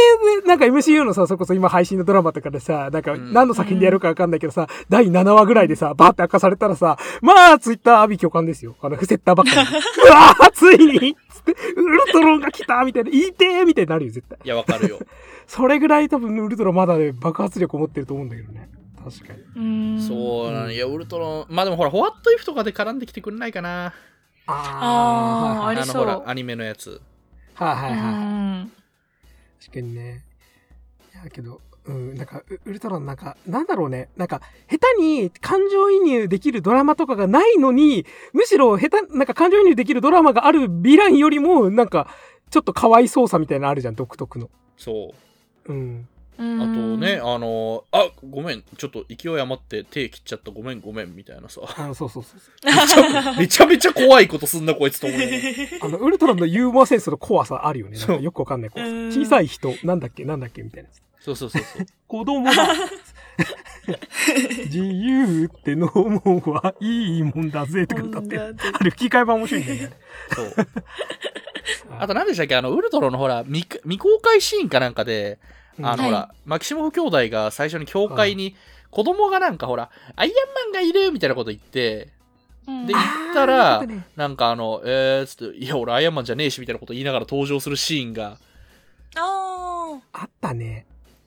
C: で、なんか MCU のさ、それこそ今配信のドラマとかでさ、なんか
B: うん
C: 何の作品でやるかわかんないけどさ、第7話ぐらいでさ、バーって明かされたらさ、まあ、ツイッター阿ビ巨漢ですよ。あの、フセッター ばっかり。うわーついにつって、ウルトロンが来たみたいな、言いてーみたいになるよ、絶対。
B: いやわかるよ
C: それぐらい多分ウルトロンまだね、爆発力を持ってると思うんだけどね。確かに。
D: うん
B: そうな
C: う
B: の
C: ん
B: いやウルトロンまあでもほらホワットイフとかで絡んできてくんないかな
C: あー
D: あーあり
B: の
D: そ
B: ほ
D: う
B: らアニメのやつ
C: はいはいはいはい。
D: うん
C: 確かにね。いや、けど、うん、なんか、ウウルトラのなんか、なんだろうね。なんか、下手に感情移入できるドラマとかがないのに、むしろ下手、なんか感情移入できるドラマがあるヴィランよりも、なんか、ちょっと可愛そうさみたいなのあるじゃん、独特の。
B: そう
C: うん。
B: あとね、あのあごめんちょっと勢い余って手切っちゃったごめんごめんみたいな さ
C: あの、そうそうそうそう。
B: めちゃめちゃめちゃ怖いことすんなこいつと思いながら
C: あの、ウルトラのユーモアセンスの怖さあるよね。なんか
B: そう
C: よくわかんない怖さ。
D: うん
C: 小さい人、なんだっけ、なんだっけ、みたいな。
B: そうそうそうそう。
C: 子供だ。自由ってのもんはいいもんだぜとか歌ってる。あれ吹き替え版面白いんだよね。
B: そう あと何でしたっけあのウルトロのほら未未公開シーンかなんかで、あのほら、
D: は
B: マキシモフ兄弟が最初に教会に子供がなんかほらアイアンマンがいるみたいなこと言って
D: うん
B: で
C: あ
B: 言
C: ー
B: った
C: よか
B: ら
C: ったね
B: なんかあのえー、ちょっといや俺アイアンマンじゃねえしみたいなこと言いながら登場するシーンが
D: あ
C: あったね。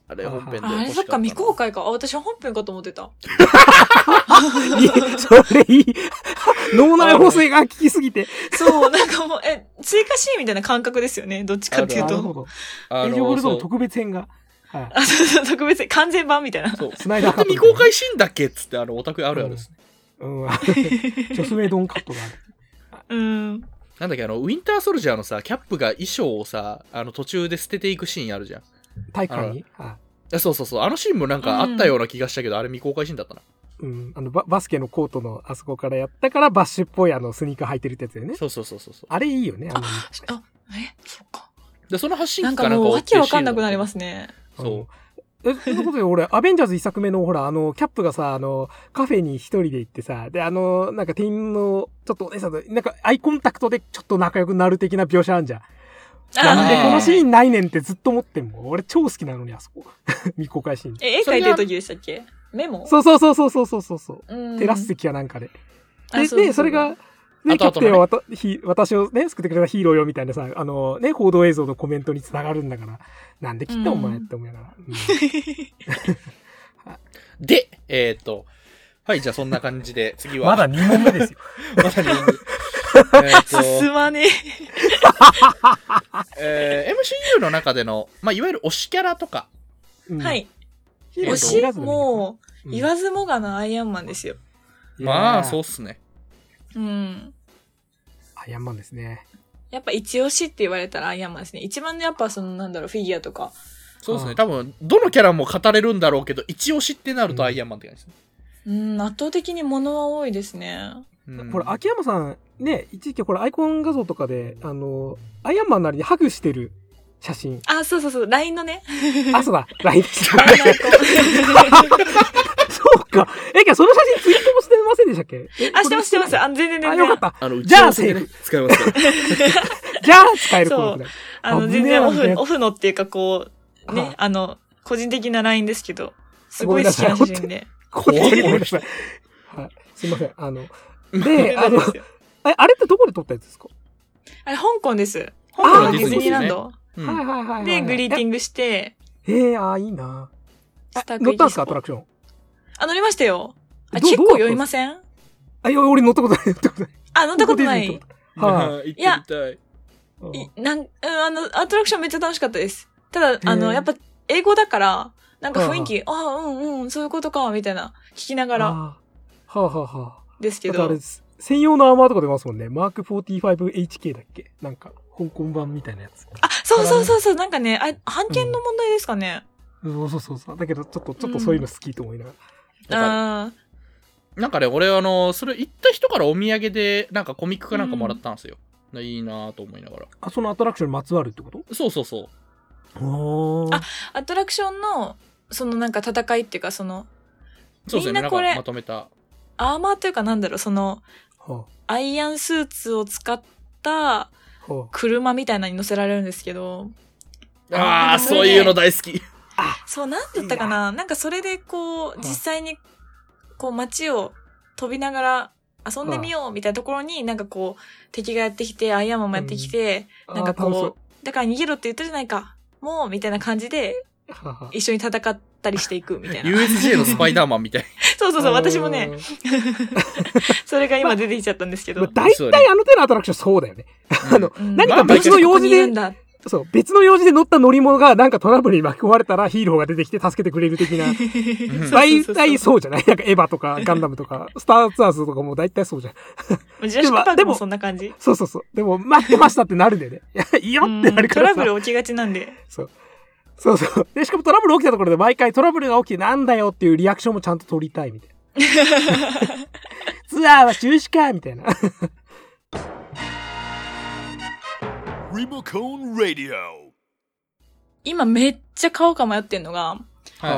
B: あれ本編で欲しかった
D: あ
B: な
D: れそっか、未公開か。あ、私は本編かと思ってた。
C: いえそれいい。脳内補正が効きすぎて。
D: そう、なんかもう、え、追加シーンみたいな感覚ですよね。どっちかってい
B: え
D: う
C: な
B: あ
C: る
D: と。
C: ほど。
B: あ
C: エイジオブ
B: の
C: ウルド
B: そ
C: の
B: う
C: 特別編が。はい。
D: あ、そうそう、特別、完全版みたいな。
B: そう
C: スナイダーカット
B: 未公開シーンだっけっつってあのオタクあるあるですね、
C: うん。 あれジョスウェイドンカットがある。
D: うん。
B: なんだっけあのウィンターソルジャーのさキャップが衣装をさあの途中で捨てていくシーンあるじゃん
C: 体育館に。はい
B: あそうそうそうあのシーンもなんかあったような気がしたけど、あれ未公開シーンだったな
C: うん。あのバ、バスケのコートのあそこからやったから、バッシュっぽいあの、スニーカー履いてるってやつだよね。
B: そうそうそうそうそう
C: あれいいよね。あの
D: あ、え、そっか。
B: でその発信
D: なん
B: 機
D: か
B: かなんか
D: もう、
B: を追
D: わ
B: って
D: け
B: る
D: わ
B: シー
D: か
B: ン
D: ん
B: だ
D: な
B: った
D: くなりますね。
B: そう
C: え、ということで、俺、 アベンジャーズ一作目の、ほら、あの、キャップがさ、あの、カフェに一人で行ってさ、で、あの、なんか店員の、ちょっとお姉さんと、なんか、アイコンタクトでちょっと仲良くなる的な描写あんじゃん。なんでこのシーンないねんってずっと思ってんもん。俺超好きなのに、あそこ。 未公開シーン。
D: え、絵描いてる時でしたっけメモ
C: そうそうそうそうそうそうそうそう。
D: うん
C: テラス席やなんかで。
D: あ
C: で、
D: うだ
C: で、そうれ
D: だ
C: が、ね、キャ
B: 後々の
C: プ
B: ね
C: テンはわたひ私をね、救ってくれたヒーローよみたいなさ、あのね、報道映像のコメントにつながるんだから、なんで切ったお前って思いながら。うん
B: でえっ、とはいじゃあそんな感じで次は
C: まだ2問目ですよ。
B: まだ にえっと
D: 進まね
B: えー MCU の中での、まあ、いわゆる推しキャラとか、
C: うん
D: え。は。い。
C: ヒーロー
D: 推
C: と知ら
D: し、
C: ずの
D: もう、言
C: いい
D: わずもがなアイアンマンですよ。
C: うん
B: まあ、
C: い
B: そう
C: や
B: っすね。
D: うん。
C: ーアイアンマンですね。
D: やっぱ一押しって言われたらアイアンマンですね。一番のやっぱそのなんだろう、フィギュアとか。
B: そうです
C: う
B: ね。
C: ん
B: 多分、どのキャラも語れるんだろうけど、一押しってなると
C: うん
B: アイアンマンって感じですね。
D: うん、圧倒的に物は多いですね。
B: うん
C: これ、秋山さん、ね、一時期これアイコン画像とかで、あの、アイアンマンなりにハグしてる写 真。
D: あ、そうそうそう、LINE のね。
C: あ、そうだ、LINE でした
D: LINE のアイコ ン
C: そうか。え、けどその写真ツイートもしてませんでしたっけえ
D: あ、してます、してます。
C: あ、
D: あ、全然全然。
C: よかった。
B: あの、
C: じゃ
B: 打ち合
C: あ
B: わせでね使いますから。
C: じゃあ使えるこのくらい。
D: あの、
C: 危ねえ
D: 全然オ
C: 危ね
D: フ
C: え、
D: オフのっていうかこう、
C: は
D: ね
C: い、
D: あの、個人的な LINE ですけど、す
C: ご
D: ご
C: めん
D: い好
C: な
D: き
C: さい
D: な写真で。
C: こ
B: 怖い
C: ごめんなさい。はい。すいません。あの、 で、あ
D: 大
C: の
D: 丈夫、ですよ
C: えあれってどこで撮ったやつですか、
D: あれ、香港です。香港
C: あ
D: の
C: ー
D: ディズニーランド。
B: うん。
C: はいはいはいはい。
D: で、グリーティ
C: ン
D: ングして、
C: グ。えー、あーいいな
D: スタ
C: あ
D: ーク
C: 乗
D: イ
C: っ
D: ー
C: たん
D: ン
C: ですかアトラ
D: あ、
C: クション。
D: 乗りましたよ。あ
C: ど
D: 結
C: どうだ
D: 構
C: った
D: 酔いません
C: あ、いや俺乗ったことない、乗ったことない。
D: あ、乗ったことな
C: どこ
D: い
C: で。
B: 行って
C: はい
B: み
D: いや
B: たい。
C: い。
D: いなん、うん、あの、アトラクションめっちゃ楽しかったです。ただ、あ
C: へ
D: の、
C: え
D: やっぱ、英語だから、なんか雰囲気、ああ、うんうん、そういうことか、みたいな、聞きなが
C: あー
D: ら
C: はあはあはあ。
D: ですけ
C: だってあ
D: ど
C: れ、です、専用のアーマーとか出ますもんね。マーク 45HK だっけなんか、香港版みたいなやつ。
D: あ、そうそうそうそう、なんかね、あ、判件の問題ですかね。
C: そうそうそうそう。だけど、ちょっと、ちょっとそういうの好きと思いながら。
B: わか
D: あ
B: るなんかね、俺、あの、それ行った人からお土産で、なんかコミックかなんかもらったんですよ。いいなぁと思いながら。
C: あ、そのアトラクションにまつわるってこと
B: そうそうそう。
C: お
D: あーアトラクションの、そのなんか戦いっていうか、その、
B: そうですね。
D: みん
B: な
D: なん
B: か
D: これ
B: まとめた。
D: アーマーというかなんだろう、その、
C: は
D: アイアンスーツを使った
C: あ、は
D: 車みたいなのに乗せられるんですけど、
B: あ
D: あ
B: ー、
D: そ
B: そ
D: れ
B: う
D: ね
B: いうの大好 き。
D: そう、なんだったかななんかそれでこう、
C: ん
D: 実際に、こう街を飛びながら遊んでみようみたいなところに、なんかこう、敵がやってきて、アイアンマンもやってきて、
C: あ。
D: なんか
C: あー楽しそ
D: こう、だから逃げろって言ったじゃないか。もう、みたいな感じで、
C: うはあはあ
D: 一緒に戦ったりしていくみたいな。
B: USJ のスパイダーマンみたい。
D: そうそうそう、私も
C: う
D: ね、
C: ん。
D: それが今出てきちゃったんですけ
C: まあ
D: ど。
C: 大体あの手のアトラクションそうだよね。あの、
D: うん
C: 何
B: か別
C: の用事で
D: まあまあここにいるんだ
C: そう、別の用事で乗った乗り物がなんかトラブルに巻き込まれたらヒーローが出てきて助けてくれる的な。
B: うん
C: 大体そうじゃないなんかエヴァとかガンダムとか、スターツアーズとかも大体そうじゃん。
D: ジュラシックパー
C: で
D: ク
C: も
D: もそんな感じ。
C: そうそうそう。でも待ってましたってなるんだよね。いや、いいよってなるか
D: ト
C: ら
D: ラ
C: さ
D: ブ。ル起きがちなんで。
C: そうそう。で、しかもトラブル起きたところで毎回トラブルが起きてなんだよっていうリアクションもちゃんと取りたいみたいな。ツアーは中止かみたいな。
A: Ribocone Radio.
D: 今めっちゃ買おうか迷ってんのが、
B: はい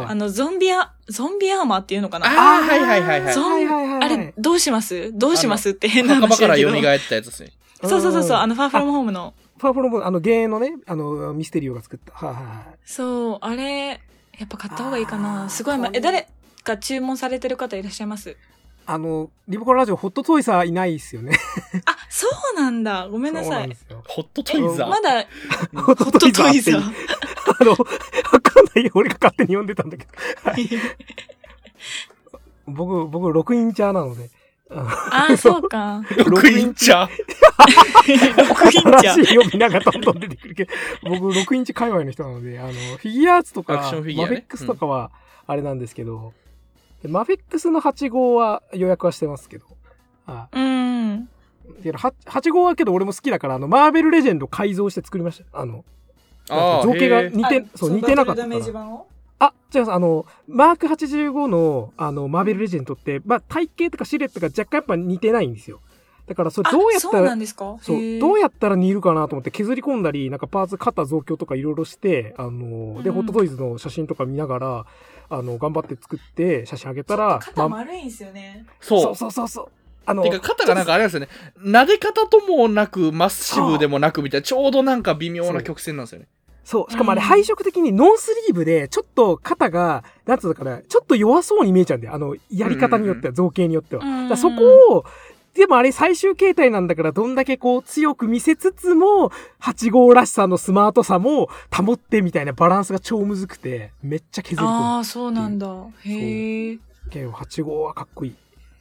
D: あの、ゾンビア、ゾンビアーマーっていうのかなあ
B: あー、はいはいはいはい
D: そう。
C: はいはいはいはい。
D: れ、どうしますどうしますって変な
B: 仲間
D: 話
B: か
D: だ
B: ら
D: け
B: 蘇
D: ど。
B: ったやつですね。
D: そうそうそうそう、
C: ん
D: あの、ファーフロムホームの。
C: ファーフロム、あの、芸のね、あの、ミステリオが作った。はいはいはい。
D: そう、あれ、やっぱ買った方がいいか
C: あー
D: な。すごい、ま、え、誰か注文されてる方いらっしゃいます
C: あの、リボコラジオ、ホットトイさんいないですよね。
D: あ、そうなんだ。ごめんな
C: そう
D: さ
C: ん
D: い
C: で。すよ
B: ホットトイザー。
D: まだ、
C: ホッ
D: ホ
C: ト
D: ッ
C: ト
D: ト
C: イザ
D: ト
C: ー
D: イ
C: ってい
D: ザ
C: う。
D: ー。
C: あの、わかんないよ。俺が勝手に呼んでたんだけど。僕、僕、6インチャーなので。
D: ああ、そうか。
B: ロクインチャー。
D: 6イ ンチャ
C: 新しい呼び名がどんどん出てくるけど、僕、6インチ界隈の人なので、あの、フィギュアーツとか、
B: アクションフィギュ
C: マ
B: アね
C: フェックスとかは、あれなんですけど、でマフェックスの8号は予約はしてますけど、あ
D: うん。
C: で 8, 8号はけど俺も好きだから、あの、マーベルレジェンド改造して作りました。あの、
B: ああ、
C: 造形が
B: へえ
C: 似て、そう、似てなかったから。
D: 版を
C: あ、違います。あの、マーク85の、あの、マーベルレジェンドって、まあ、体型とかシルエットが若干やっぱ似てないんですよ。だから、それ
D: あ、
C: どうやっ
D: そ
C: た
D: う
C: ら
D: な、んですか
C: そう、どう
D: や
C: やったら煮るかなと思って削り込んだり、なんかパーツ、肩、増強とかいろいろして、あの、で、
D: うん
C: ホットトイズの写真とか見ながら、あの、頑張って作って、写真あげたら、まあ
D: 丸いんですよね。
C: そ
B: そう
C: そうそうそう。あの
B: う。て、か、肩がなんかあれなんですよね。撫で方ともなく、マッシブでもなくみたいな、ちょうどなんか微妙な曲線なんですよね。
C: そう、しかもあれ
D: うん
C: 配色的にノンスリーブで、ちょっと肩が、なんつうのかな、ちょっと弱そうに見えちゃうんだよ。あの、やり方によっては、造形によっては。
D: うんうんう
C: だか
D: ん
C: らそこを、でもあれ最終形態なんだから、どんだけこう強く見せつつも、8号らしさのスマートさも保ってみたいなバランスが超むずくて、めっちゃ削り込
D: あ
C: む。
D: あ、そうなんだ。へえ。
C: けど8号はかっこいい。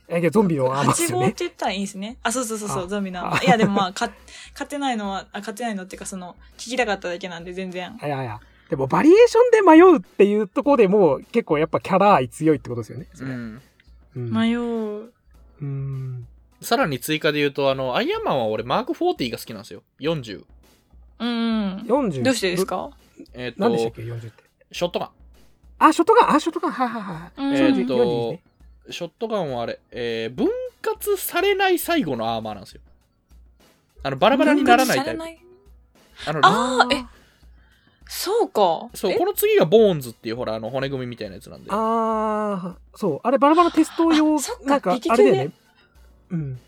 C: え、けどゾンビのアーマーです
D: 8
C: よ
D: 号って
C: ね。
D: 言ったらいいんですね。あ、そうそうそうそ
C: あ
D: う、ゾンビな
C: あ。
D: いや、でもまあ、か 勝てないのは、あ、勝てないのっていうか、その、聞きたかっただけなんで、全然。
C: あやあや。でもバリエーションで迷うっていうところでもう結構やっぱキャラ愛強いってことですよね。それ
B: うん
C: うん
D: 迷う。
C: うん。
B: さらに追加で言うと、あの、アイアンマンは俺、マーク40が好きなんですよ。40。
D: うん。
C: 40。
D: どうしてですか
B: えっ、
C: 何でしたっ
B: と、
C: け ?40 って。
B: ショットガン。
C: あ、ショットガン、あ、ショットガン、はいはいはい。
D: うん
B: え
C: 40
B: ーっ
C: 40です
B: と
C: ね、
B: ショットガンはあれ、えー分割されない最後のアーマーなんですよ。あの、バラバラにならないタイプ。
D: い
B: あの
D: ああ、え、そうか。
B: そう、
D: え
B: この次がボーンズっていう、ほら、あの、骨組みみたいなやつなんで。
C: あー、そう。あれ、バラバラテスト用
D: あそっ、か
C: なんか、
D: 劇
C: あ
D: 中
C: れ
D: で
C: だよね。うん。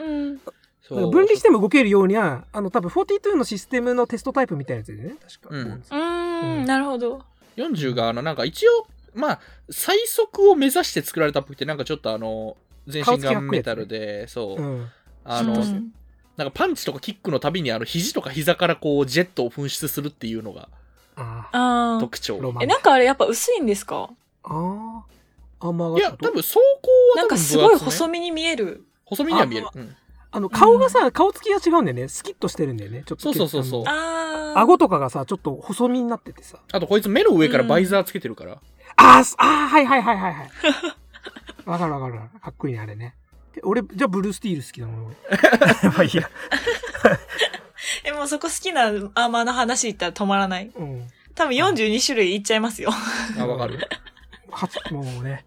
D: うん。
B: そう
C: だから分離しても動けるようには、あの、多分42のシステムのテストタイプみたいなやつでね。確か。
B: うん
D: うー
C: うん
D: ん、なるほど。
B: 40が、あの、なんか一応、まあ、最速を目指して作られたっぽくて、なんかちょっとあの、全身がメタルで、そうう、
C: ん。
B: あ
D: う
B: の、
D: ん
B: なんかパンチとかキックのたびに、あの、肘とか膝からこう、ジェットを噴出するっていうのが
C: あー
D: ああ。
B: 特徴。
C: ロマ
D: え、
C: ン。
D: なんかあれやっぱ薄いんですか
C: あー。あんま
B: いや、多分走行は
D: な
B: 多分分
D: んか
B: 厚
D: す
B: ね
D: ごい細身に見える。
B: 細身には見える。うん
C: あの、顔がさ、顔つきが違うんだよね。スキッとしてるんだよね。ちょっと。
B: そうそうそうそう
C: あの
D: ああ。
C: 顎とかがさ、ちょっと細身になっててさ。
B: あと、こいつ目の上からバイザーつけてるから。
C: あーすあー、はいはいはい はいはい。わかるわかるわかる。かっこいいね、あれね。で俺、じゃあブルースティール好きなの俺。 まあいいや。
D: え、もうそこ好きなアーマーの話言ったら止まらない。
C: うん。
D: 多分42種類いっちゃいますよ。
B: あ、わかる。
C: 八もうね。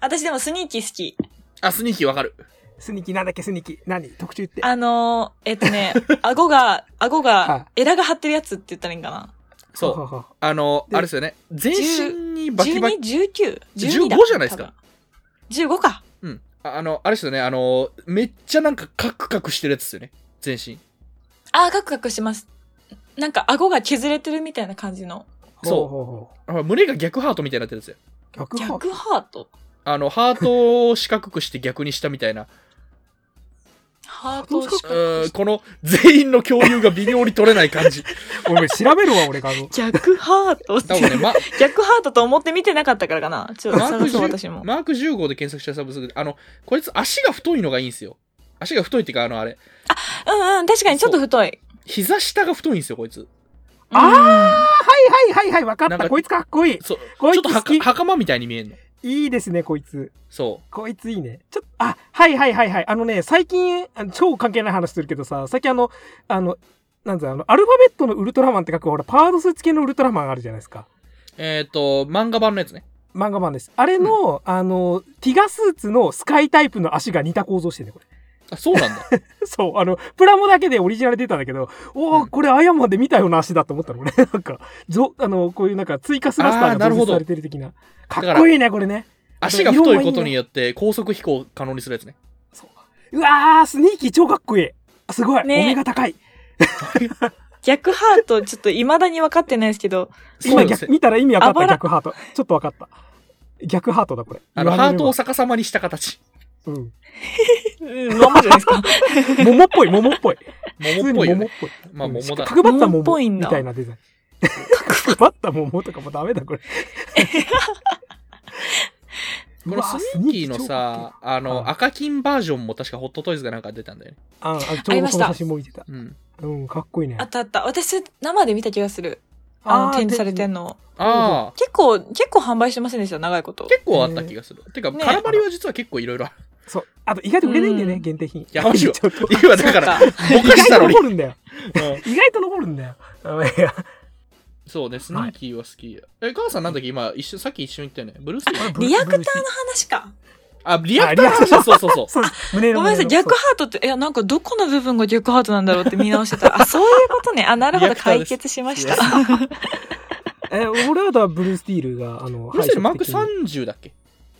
D: 私でもスニーキー好き。
B: あ、スニーキーわかる。
C: スニキなんだっけ、スニキ。何特注って。
D: あのー、えっと ね、顎が、
C: は
D: 顎が、エラが張ってるやつって言ったらいいんかな。
B: そう
C: は。はは
B: あの、
C: で
B: あれですよね。全身にバキバキ。
D: 12?19? 12だ
B: 15じゃないですか。
D: 多分15か。
B: うん。ああの、あれですよね。あの、めっちゃなんかカクカクしてるやつですよね。全身。
D: あー、カクカクします。なんか顎が削れてるみたいな感じの。
B: そう
C: ほうほ
B: あほら胸が逆ハートみたいになってるやつよ。
C: う逆か
D: 逆ハート。
B: あの、ハートを四角くして逆にしたみたいな。
D: ハートを四角
B: う
D: く
B: ー
D: し
B: んこの全員の共有が微妙に取れない感じ。
C: 俺、調べるわ、俺、画 像。
D: 逆ハートって
B: 多分 ね、ま、
D: 逆ハートと思って見てなかったからかな。ちょっと
B: マーク
D: 探そう、私
B: 10
D: も。
B: マーク15で検索したら多分すぐ、あの、こいつ足が太いのがいいんですよ。足が太いっていうか、あの、あれ、
D: うんうん、確かにちょっと太い。
B: 膝下が太いんですよ、こいつ。
D: あ
C: はいはいはいはい、わかっ
B: なん
C: た。
B: か
C: こいつかっこいい。
B: そう、
C: こ
B: ちょっ
C: いつ
B: と
C: 好
B: はか
C: き。
B: 袴みたいに見えんの。
C: いいですね、こいつ。
B: そ
C: こいついいね。ちょっと、あ、はいはいはいはい。あのね、最近、あの超関係ない話するけどさ、最近あの、あの、なんつうの、あのアルファベットのウルトラマンって書く、ほら、パワードスーツ系のウルトラマンあるじゃないですか。
B: う。えっ、と、漫画版のやつね。
C: 漫画版です。あれの、あの、ティガスーツのスカイタイプの足が似た構造してるね、こ
B: あ、そうなんだ。
C: れ。 そう、あの、プラモだけでオリジナル出たんだけど、おお、
B: うん
C: これアイアンマンで見たような足だと思ったの、俺。なんか、ぞあの、こういうなんか追加スラスター
B: あーな
C: が
B: る
C: 増
B: ほ
C: 設
B: ど
C: されてる的な。か
B: から
C: っこいいね、これね。
B: 足が太いことによって高速飛行を可能にするやつね。
C: うわー、スニーキー超かっこいい。あすごい、
D: ね
C: お目が高い。
D: ー逆ハート、ちょっと未だに分かってないですけど、
B: そう
C: 今
B: です
C: 逆見たら意味分かっ
D: あ
C: た
D: ばら
C: 逆ハートちょっと分かった逆ハートだこれ
B: あの、
C: 言わ
B: ハ
C: れ
B: ー
C: る
B: ト
C: わ
B: を逆さまにした形。
C: うん
D: うん、まんまじゃないですか。
C: 桃っぽい桃っぽい
B: 桃
C: 普
B: っ
C: 通
B: ぽ
C: に
B: いよ
C: 桃
B: ね
C: っ。ぽい
B: まあ
C: うん
B: 桃だ
C: 角張った
D: 桃っぽ
C: 桃
D: いん
C: み
D: だ
C: たいなデザインバッタももうとかもうダメだ、これ。
B: このスニーキーのさ、あ
C: う
B: の、
C: ん
B: 赤金バージョンも確かホットトイズがなんか出たんだよね。
C: うわ、スニーキー超かっけえあ、あちょうどそ
D: ありまし
C: の
D: た
C: 写真も見てた。
B: うん。
C: うん、かっこいいね
D: あっ。たあった。私、生で見た気がする。あの、
C: あー
D: 展示されてんの。
B: ああ、
D: 結構、結構販売してませんでした、長いこと。
B: 結構あった気がする。てか、
D: ね
B: 空張りは実は結構いろいろあ る。
C: そう。あと、意外と売れないんだよ
D: う
C: ね、
D: ん
C: 限定品。
B: やばいよ
C: ちょっと
B: 今だから、
D: そう
B: ぼ
C: 意
B: かしたの
C: 外と
B: に。
C: 残るんだよ。
B: うん
C: 意外と残るんだよ。いや
B: そうね、スニーキーは好き。え、母さんなんだっけ今、一緒、さっき一緒に言ったよね。ブルース・リー
D: リアク ターの話か。
B: あ、リアクターの話だそう そうそう。
C: そう、胸の。
D: ごめんなさい、
C: 胸の
D: 逆ハートって、いや、なんかどこの部分が逆ハートなんだろうって見直してたら、あ、そういうことね。あ、なるほ
B: リ
D: ど、
B: アクターで
D: 解
B: す
D: 決しました。
C: えー、俺はあとはブルースティールが、あの、
B: ブルース・リーマーク
C: 配色的に
B: 30だっけ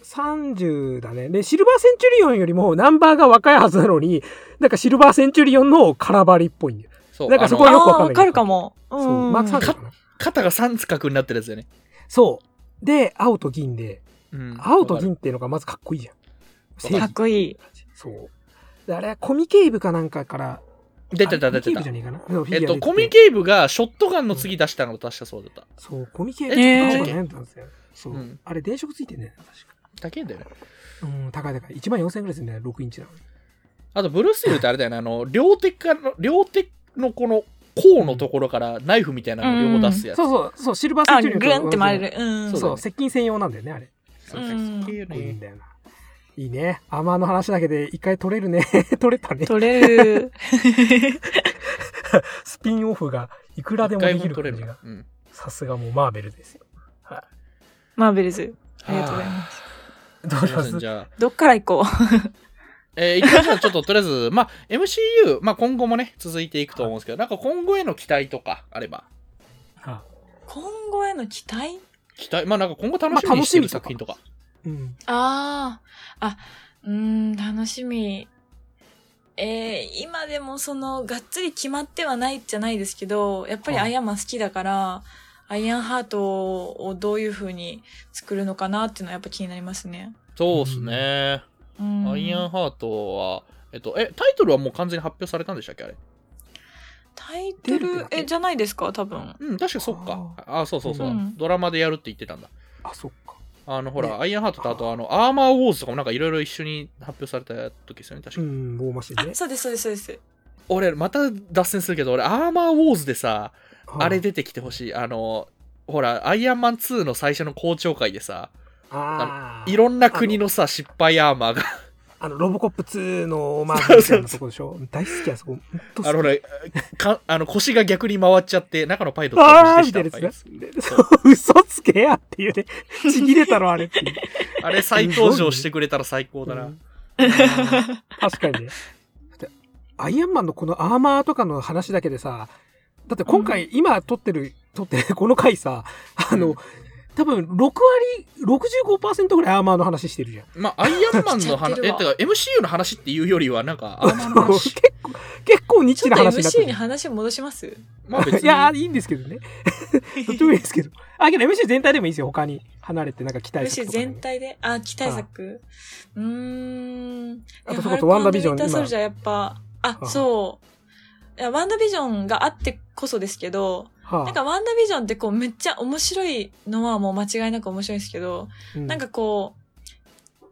C: 30だね。で、シルバーセンチュリオンよりもナンバーが若いはずなのに、なんかシルバーセンチュリオンの空張りっぽいんだよ。
B: そう。
C: なんか
B: あの
C: そこ
D: あ
C: はよくわ
D: ー
C: かんない
D: わかるかも。う。
C: そうんマーク30
B: カ
C: か
B: ッ
C: な。
B: 肩が三角になってるやつだよね。
C: そう。で、青と銀で、
B: うん。
C: 青と
B: わかる
C: 銀っていうのがまずかっこいいじゃん。正
D: か
C: 義
D: っこいい。
C: そう。であれはコミケイブかなんかから。
B: 出てた
C: あれ
B: 出て
C: コミケ
B: た
C: イブじゃ。ねえかな。そうフ
B: え
C: ィギュア
B: っと、
C: 出てて
B: コミケイブがショットガンの次出したの確かそうだった。
C: そう、コミケイ
B: え
C: ブち
D: ち
C: ょっと
D: ょっと
C: 悩んだんですよ。そう。
B: うん
C: あれ、電飾ついてんね。確か
B: 高いんだよね。
C: うん、高い高い。1万4000円ぐらいするんだよ、6インチなのに。
B: あと、ブルース・リーってあれだよね。あの、両手からの、両手のこの、甲のところからナイフみたいなのを両方出すやつ。
C: そうそう、そう、シルバーセ
D: あ、
C: ンチュリオンと
D: グ
C: 同じ
D: ルンって回れる。うん。
B: そうだ
C: そ
B: ね
C: う、接近専用なんだよね、あれ。
B: そううん好きよ
C: いいん
B: ね。
C: だよな。いいね。アーマーの話だけで一回取れるね。 取れたね。
D: 取れる。
C: スピンオフがいくらで
B: 一
C: も
B: 回
C: で
B: も
C: きる
B: 取れ
C: 感じ
B: る
C: が
B: な。。うん。
C: さすがもうマーベルですよ。は
D: マーベルズ。ありがとうございます。
C: い。どう
B: す
C: し
B: い
C: ま
B: ません
C: す
B: じゃあ、
D: どっから行こ
B: えー、一回じゃあちょっととりあえず、 まあ、MCU、まあ今後もね、続いていくと思うんですけど、なんか今後への期待とかあれば、
C: あ
D: う今後への期待
B: 期待、まあなんか今後楽しみにしてる作品とか。
C: うん。
D: ああ、あ、うーん、楽しみ。えー、今でもその、がっつり決まってはないじゃないですけど、やっぱり
C: はい
D: アイアンマン好きだから、アイアンハートをどういう風に作るのかなっていうのはやっぱ気になりますね。
B: そうですね。
D: うん。
B: アイアンハートは、えっと、え、タイトルはもう完全に発表されたんでしたっけあれ。
D: タイト
C: 出るって
D: ル
C: だ、け
D: え、じゃないですか多分。
B: うん、確かそっか。あそうそうそう、
D: うん
B: ドラマでやるって言ってたんだ。
C: あ、そっか。
B: あの、ほら、
C: ね
B: アイアンハートとあと、あの、アーマーウォーズとかもなんかいろいろ一緒に発表された時ですよね、確
C: う
B: か。
C: ん、ボーマシン
D: あ
C: ね、。
D: そうです、そうです、そうです。
B: 俺、また脱線するけど、俺、アーマーウォーズでさ、あれ出てきてほしい。あの、ほら、アイアンマン2の最初の公聴会でさ、
C: あー、
B: いろんな国のさ、失敗アーマーが、
C: あの、ロボコップ2のマーベルみたいなとこでしょ大好きや、そこ。ほん
B: あ
C: と
B: の
C: 好き。
B: ね、かあの腰が逆に回っちゃって、中のパイロット
C: あ
B: が
C: ー
B: 無
C: み
B: 事
C: た
B: で
C: いな
B: した
C: やつね。そう嘘つけやっていうね。ちぎれたろ、あれっていう。
B: あれ再登場してくれたら最高だ
C: う。
B: なん
C: 確かにね。だってアイアンマンのこのアーマーとかの話だけでさ、だって今回、今撮ってる、撮って る、この回さ、あ
B: う
C: の
B: ん、
C: 多分6割、65%ぐらいアーマーの話してるじゃん。
B: まあ、アイアンマンの
D: しちゃって
B: 話、
D: る
B: え、
D: わ
B: てか MCU の話っていうよりは、なんか、アーマーの
C: 結
B: 話。
C: 構、結構ニッ
D: ち
C: チ
D: ょっ
C: な
D: と
C: 話になって
D: MC
C: る
D: に。話戻します
B: まあ別に。
C: いや、いいんですけどね。とってもいいですけど。あ、けど MC 全体でもいいですよ。他に離れてなんか期待
D: ?MC
C: 作とか、ね。
D: 全体で、あ、期待作。うーん。
C: あ
D: で
C: と
D: も
C: そ
D: フ
C: う
D: ァ
C: そ
D: ル
C: うワンダ
D: コンと
C: ビ
D: ビ
C: ジ
D: ジ
C: ョ
D: ョ
C: ン今
D: ンターソルジャーやっぱ、あ、
C: あ
D: そう。いや、ワンダービジョンがあってこそですけど、
C: はあ
D: なんかワンダービジョンってこうめっちゃ面白いのはもう間違いなく面白いんですけど、
C: う
D: なんかこう、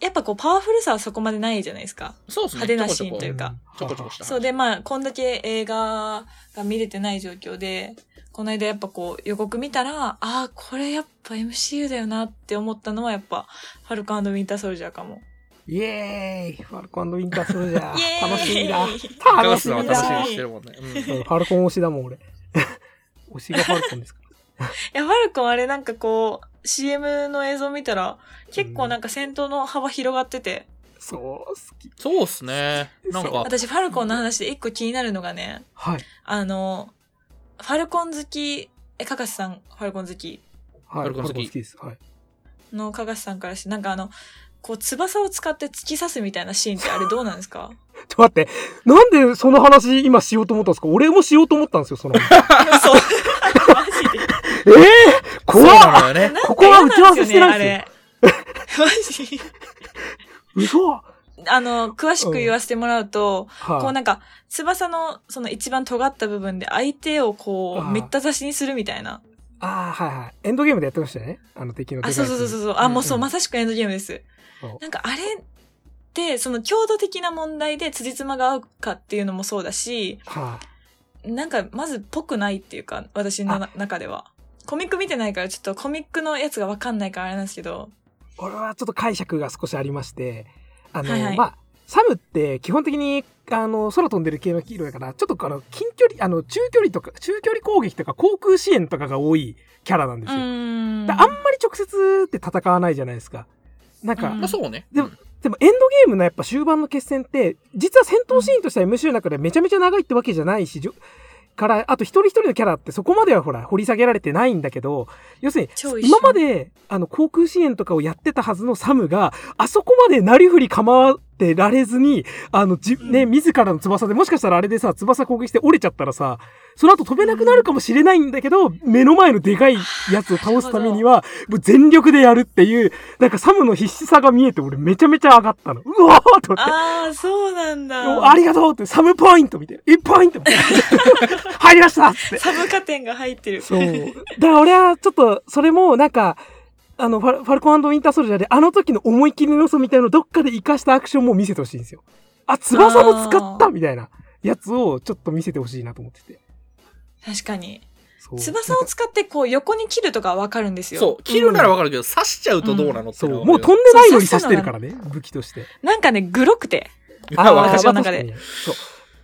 D: やっぱこうパワフルさはそこまでないじゃないですか。
B: そうですね。
D: 派手なシーンと
B: ち
D: い
B: ょ
D: う
B: こ
D: か
B: ちょこちょこちょこした。
D: そうで、まあ、こんだけ映画が見れてない状況で、この間やっぱこう予告見たら、ああ、これやっぱ MCU だよなって思ったのはやっぱ、ファルコンウィンターソルジャーかも。
C: イエーイファルコンウィンターソルジャ
D: イエ
C: ー。
D: ーイ
C: 楽しみだ。
B: 高
C: 楽
B: 橋
C: し
B: さんは
C: み
B: 楽しみ
C: だ
B: に。してるもんね。
C: うんファルコン推しだも ん、俺。推しがファルコンですか
D: いや、ファルコンあれなんかこう、CM の映像見たら、結構なんか戦闘の幅広がってて、
C: そう、好き。
B: そうっすね。なんか、
D: 私ファルコンの話で一個気になるのがね、
C: はい。
D: あの、ファルコン好き、え、かかしさん、ファルコン好き
C: は
B: ファ
C: い。
B: ルコン好き
C: です。はい。
D: のかかしさんからして、なんかあの、こう翼を使って突き刺すみたいなシーンって あれどうなんですか
C: ちょっと待って、なんでその話今しようと思ったんですか俺もしようと思ったんです よ、その話。
D: そう。マジで。
C: ええー、怖
B: そう
C: っ
B: なのよね。
C: ここは打ち合わせしてないですよ
D: んか嫌なんですよね、あれ。
C: 嘘は
D: マジあの、詳しく言わせてもらうと、こう
C: い。
D: なんか、翼のその一番尖った部分で相手をこ
C: あ
D: う、
C: ー
D: めった刺しにするみたいな。
C: ああ、はいはい。エンドゲームでやってましたよね。あの敵の。
D: あ、そうそうそうそううそう。あ、もうそ
C: う
D: う、
C: ん
D: まさしくエンドゲームです
C: そう。
D: なんかあれって、その強度的な問題で辻褄が合うかっていうのもそうだし、
C: は
D: なんかまずぽくないっていうか、私のな中では。コミック見てないから、ちょっとコミックのやつがわかんないからあれなんですけど、
C: あ。俺はちょっと解釈が少しありまして、あの、
D: はいはい
C: まあ、サムって基本的に、あの、空飛んでる系のヒーローやから、ちょっとあの、近距離、あの、中距離とか、中距離攻撃とか航空支援とかが多いキャラなんで
D: う
C: すよ。
D: ーん。
C: であんまり直接って戦わないじゃないですか。なんか、
D: うん
B: まあそうね。
C: でもでもエンドゲームのやっぱ終盤の決戦って、実は戦闘シーンとしては MC の中でめちゃめちゃ長いってわけじゃないし、じょから、あと一人一人のキャラってそこまではほら、掘り下げられてないんだけど、要する
D: 超
C: に、
D: 一緒
C: 今まで、あの、航空支援とかをやってたはずのサムが、あそこまでなりふり構ってられずに、あの、じ、ね、
D: うん
C: 自らの翼で、もしかしたらあれでさ、翼攻撃して折れちゃったらさ、その後飛べなくなるかもしれないんだけど、目の前のでかいやつを倒すためには、もう全力でやるっていう、なんかサムの必死さが見えて、俺めちゃめちゃ上がったの。うわーと思って。
D: ああ、そうなん
C: おあ
D: だ。
C: りがとうって、サムポイントみたいな。1ポイン トみたいな。入りましたっつって。
D: サブ加点が入ってる。
C: そう。だから俺はちょっと、それもなんか、あのファル、ファルコンウィンターソルジャーで、あの時の思い切りの良さみたいなのをどっかで活かしたアクションも見せてほしいんですよ。あ、翼も使ったみたいなやつをちょっと見せてほしいなと思ってて。
D: 確かに。
C: そう
D: 翼を使ってこう横に切るとかはわかるんですよ。
B: そう、切るならわかるけど、刺しちゃうとどうなのって
C: そ
B: のは
C: う。
B: 思う
C: もう
B: よ
C: 飛んでないのに刺してるからね、武器として。
D: なんかね、グロくて。
C: あ
B: わか
D: 私
B: る
D: の中で
C: まあ確かにそう。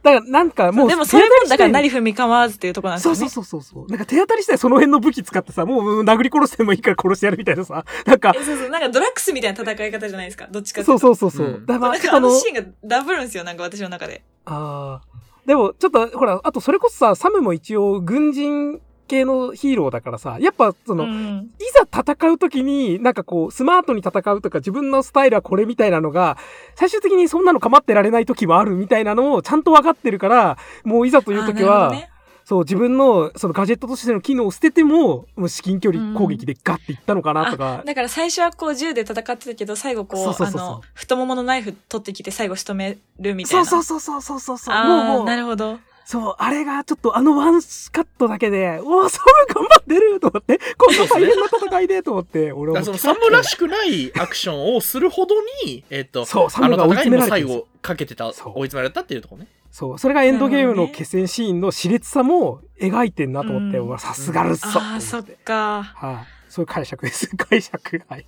C: だからなんかもう、
D: でもそれも、だからな
C: り
D: りふみかわらずっていうところなんです
C: そ
D: よ
C: う
D: ね。
C: そうそうそうそう。なんか手当たり次第その辺の武器使ってさ、もううん殴り殺してもいいから殺してやるみたいなさ、 なんか、
D: えそうそう。なんかドラッグスみたいな戦い方じゃないですか。どっちかってい
C: そうう
D: と。
C: そうそうそう。
B: うん
C: だからまあ
D: なん
C: ちょっ
D: か
C: と
D: あ
C: あの
D: の、シーンがダブるんですよ。なんか私の中で。
C: ああ。でも、ちょっと、ほら、あとそれこそさ、サムも一応、軍人系のヒーローだからさ、やっぱ、その、
D: う
C: い
D: ん
C: ざ戦うときに、なんかこう、スマートに戦うとか、自分のスタイルはこれみたいなのが、最終的にそんなの構ってられないときもあるみたいなのをちゃんと分かってるから、もういざというとき
D: あ
C: は、
D: ーなる
C: そう、自分の、そのガジェットとしての機能を捨てても、もう至近距離攻撃でガッていったのかな
D: ほ
C: と
D: どね
C: か
D: あ、だから最初はこう銃で戦ってたけど、最後こう、
C: そうそうそうそう
D: あの、太もものナイフ取ってきて最後仕留めるみたい
C: そう
D: な。
C: そううそうそうそうそうそう、
D: あ
C: もうも
D: あ、
C: う、
D: なるほど。
C: そう、あれがちょっとあのワンカットだけで、おお、サム頑張ってると思って、こんな大変な戦いでと思って、俺
B: だか
C: は
B: ら
C: も
B: そうのサムらしくないアクションをするほどに、えっと、
C: そう、サ
B: あ
C: ム
B: の
C: が追い
B: 戦いに
C: 詰
B: も
C: められ
B: 最
C: てる。
B: 後かけてた、追い
C: そう
B: 詰められたっていうところね。
C: そう、それがエンドゲーム
D: なるほど
C: の
D: ね
C: 決戦シーンの熾烈さも描いてんなと思って、
D: うん
C: 俺はさすがるっそと
D: あ
C: 思
D: あ、
C: って。
D: そっか。
C: はい、そういう解釈です。解釈。はい。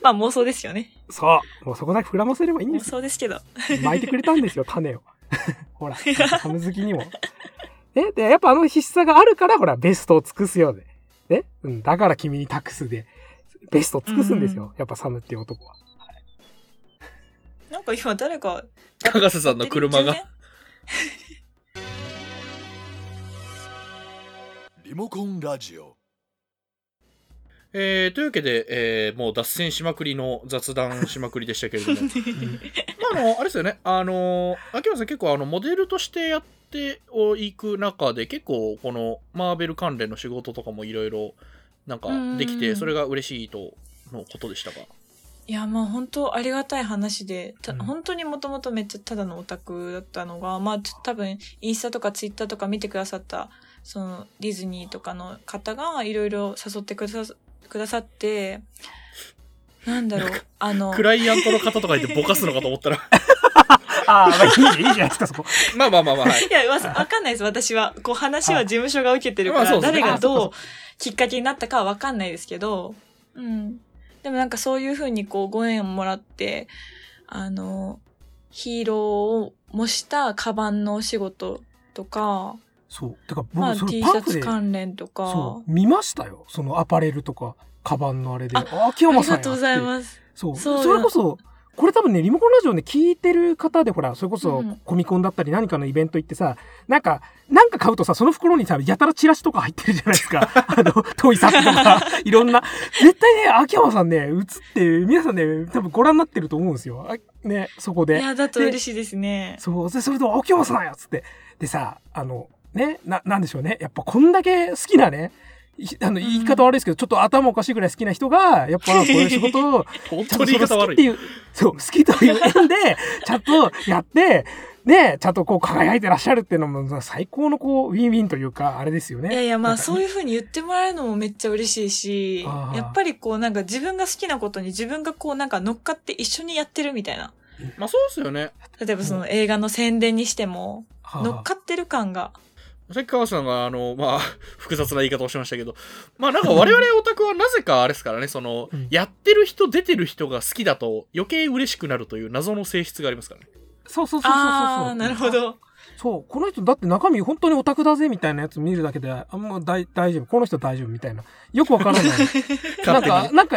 D: まあ妄想ですよね。
C: そう。もうそこだけ膨らませればいいんで
D: 妄
C: すよ。
D: 想ですけど。
C: 巻いてくれたんですよ、種を。 ほら、サム好きにも。え、で、やっぱあの必死さがあるから、ほら、ベストを尽くすよね。ね、うん、だから君に託すで、ベストを尽くすんですよ。やっぱサムっていう男は。
D: なんか今誰か、
B: 加賀瀬さんの車が。
A: リモコンラジオ
B: えー、というわけで、えーもう脱線しまくりの雑談しまくりでしたけれども、まあ、あの、あれですよね、あの、秋山さん結構、あの、モデルとしてやっていく中で、結構、この、マーベル関連の仕事とかもいろいろ、なんか、でき
D: うんう
B: て、
D: ん
B: それが嬉しいとのことでしたが。
D: いや、まあ本当ありがたい話で、た
C: うん
D: 本当にもともとめっちゃただのオタクだったのが、まあちょ多分インスタとかツイッターとか見てくださった、そのディズニーとかの方がいろいろ誘ってくださ、くださって、なんだろう、あの、
B: クライアントの方とかいてぼかすのかと思ったら、
C: ああ、まあいいじゃんいいじゃないですか、そこ。
B: まあまあまあまあ、はい。
D: いや、わわかんないです、私は。こう話は事務所が受けてるか
B: あまあそ
D: ら、
B: うですね
D: 誰が
C: あそ
D: ど
C: っ
D: うきっかけになったかはわかんないですけど、うん。でもなんかそういうふうにこうご縁をもらって、あの、ヒーローを模したカバンのお仕事とか、
C: そう。てか、
D: まあ
C: 僕、そ
D: T
C: れ
D: シ
C: パ
D: ャ
C: ンフ
D: ツ
C: で、
D: 関連とか
C: そ。う、見ましたよ。そのアパレルとか、カバンのあれで。
D: あ
C: あ、秋
D: あ
C: 山
D: り
C: さん
D: が
C: や
D: とうございます。
C: そう。
D: そうだ
C: それこそ、これ多分ね、リモコンラジオね、聞いてる方で、ほら、それこ
D: う
C: そ
D: ん、
C: コミコンだったり、何かのイベント行ってさ、なんか、なんか買うとさ、その袋にさ、やたらチラシとか入ってるじゃないです か。あの、トイサップとか、いろんな。絶対ね、秋山さんね、映って、皆さんね、多分ご覧になってると思うんですよ。あね、そこ
D: い
C: で。
D: や、だと嬉しいですね。
C: そう。で、それで、秋山さんやっつって。でさ、あの、ね、な、なんでしょうね。やっぱこんだけ好きなね、いあの、言い方悪いですけど、ちょっと頭おかしいぐらい好きな人が、やっぱこういう仕事を、
B: 本
C: ち
B: 当
C: ゃんと
B: に言い方
C: その好きっ
B: 悪
C: て
B: い。
C: いう、そう、好きという縁で、ちゃんとやって、ねえ、ちゃんとこう輝いてらっしゃるっていうのも最高のこう、ウィンウィンというか、あれですよね。
D: いやいや、ま
C: な
D: あ
C: んか
D: そういうふうに言ってもらえるのもめっちゃ嬉しいし
C: あ、ー
D: やっぱりこうなんか自分が好きなことに自分がこうなんか乗っかって一緒にやってるみたいな。
B: まあそうですよね。
D: 例えばその映画の宣伝にしても、
C: あー
D: 乗っかってる感が。
B: さっき川瀬さんが、あの、まあ、複雑な言い方をしましたけど、まあなんか我々オタクはなぜかあれですからね、その
C: うん、
B: やってる人、出てる人が好きだと余計嬉しくなるという謎の性質がありますからね。
C: そうそうそうそうそう。
D: ああ、なるほ。ど。
C: そう、この人だって中身本当にオタクだぜみたいなやつ見るだけで、あんま大大丈夫、この人大丈夫みたいな。よくわ からない。なん
B: 勝手
C: か、
B: に。
C: なんか、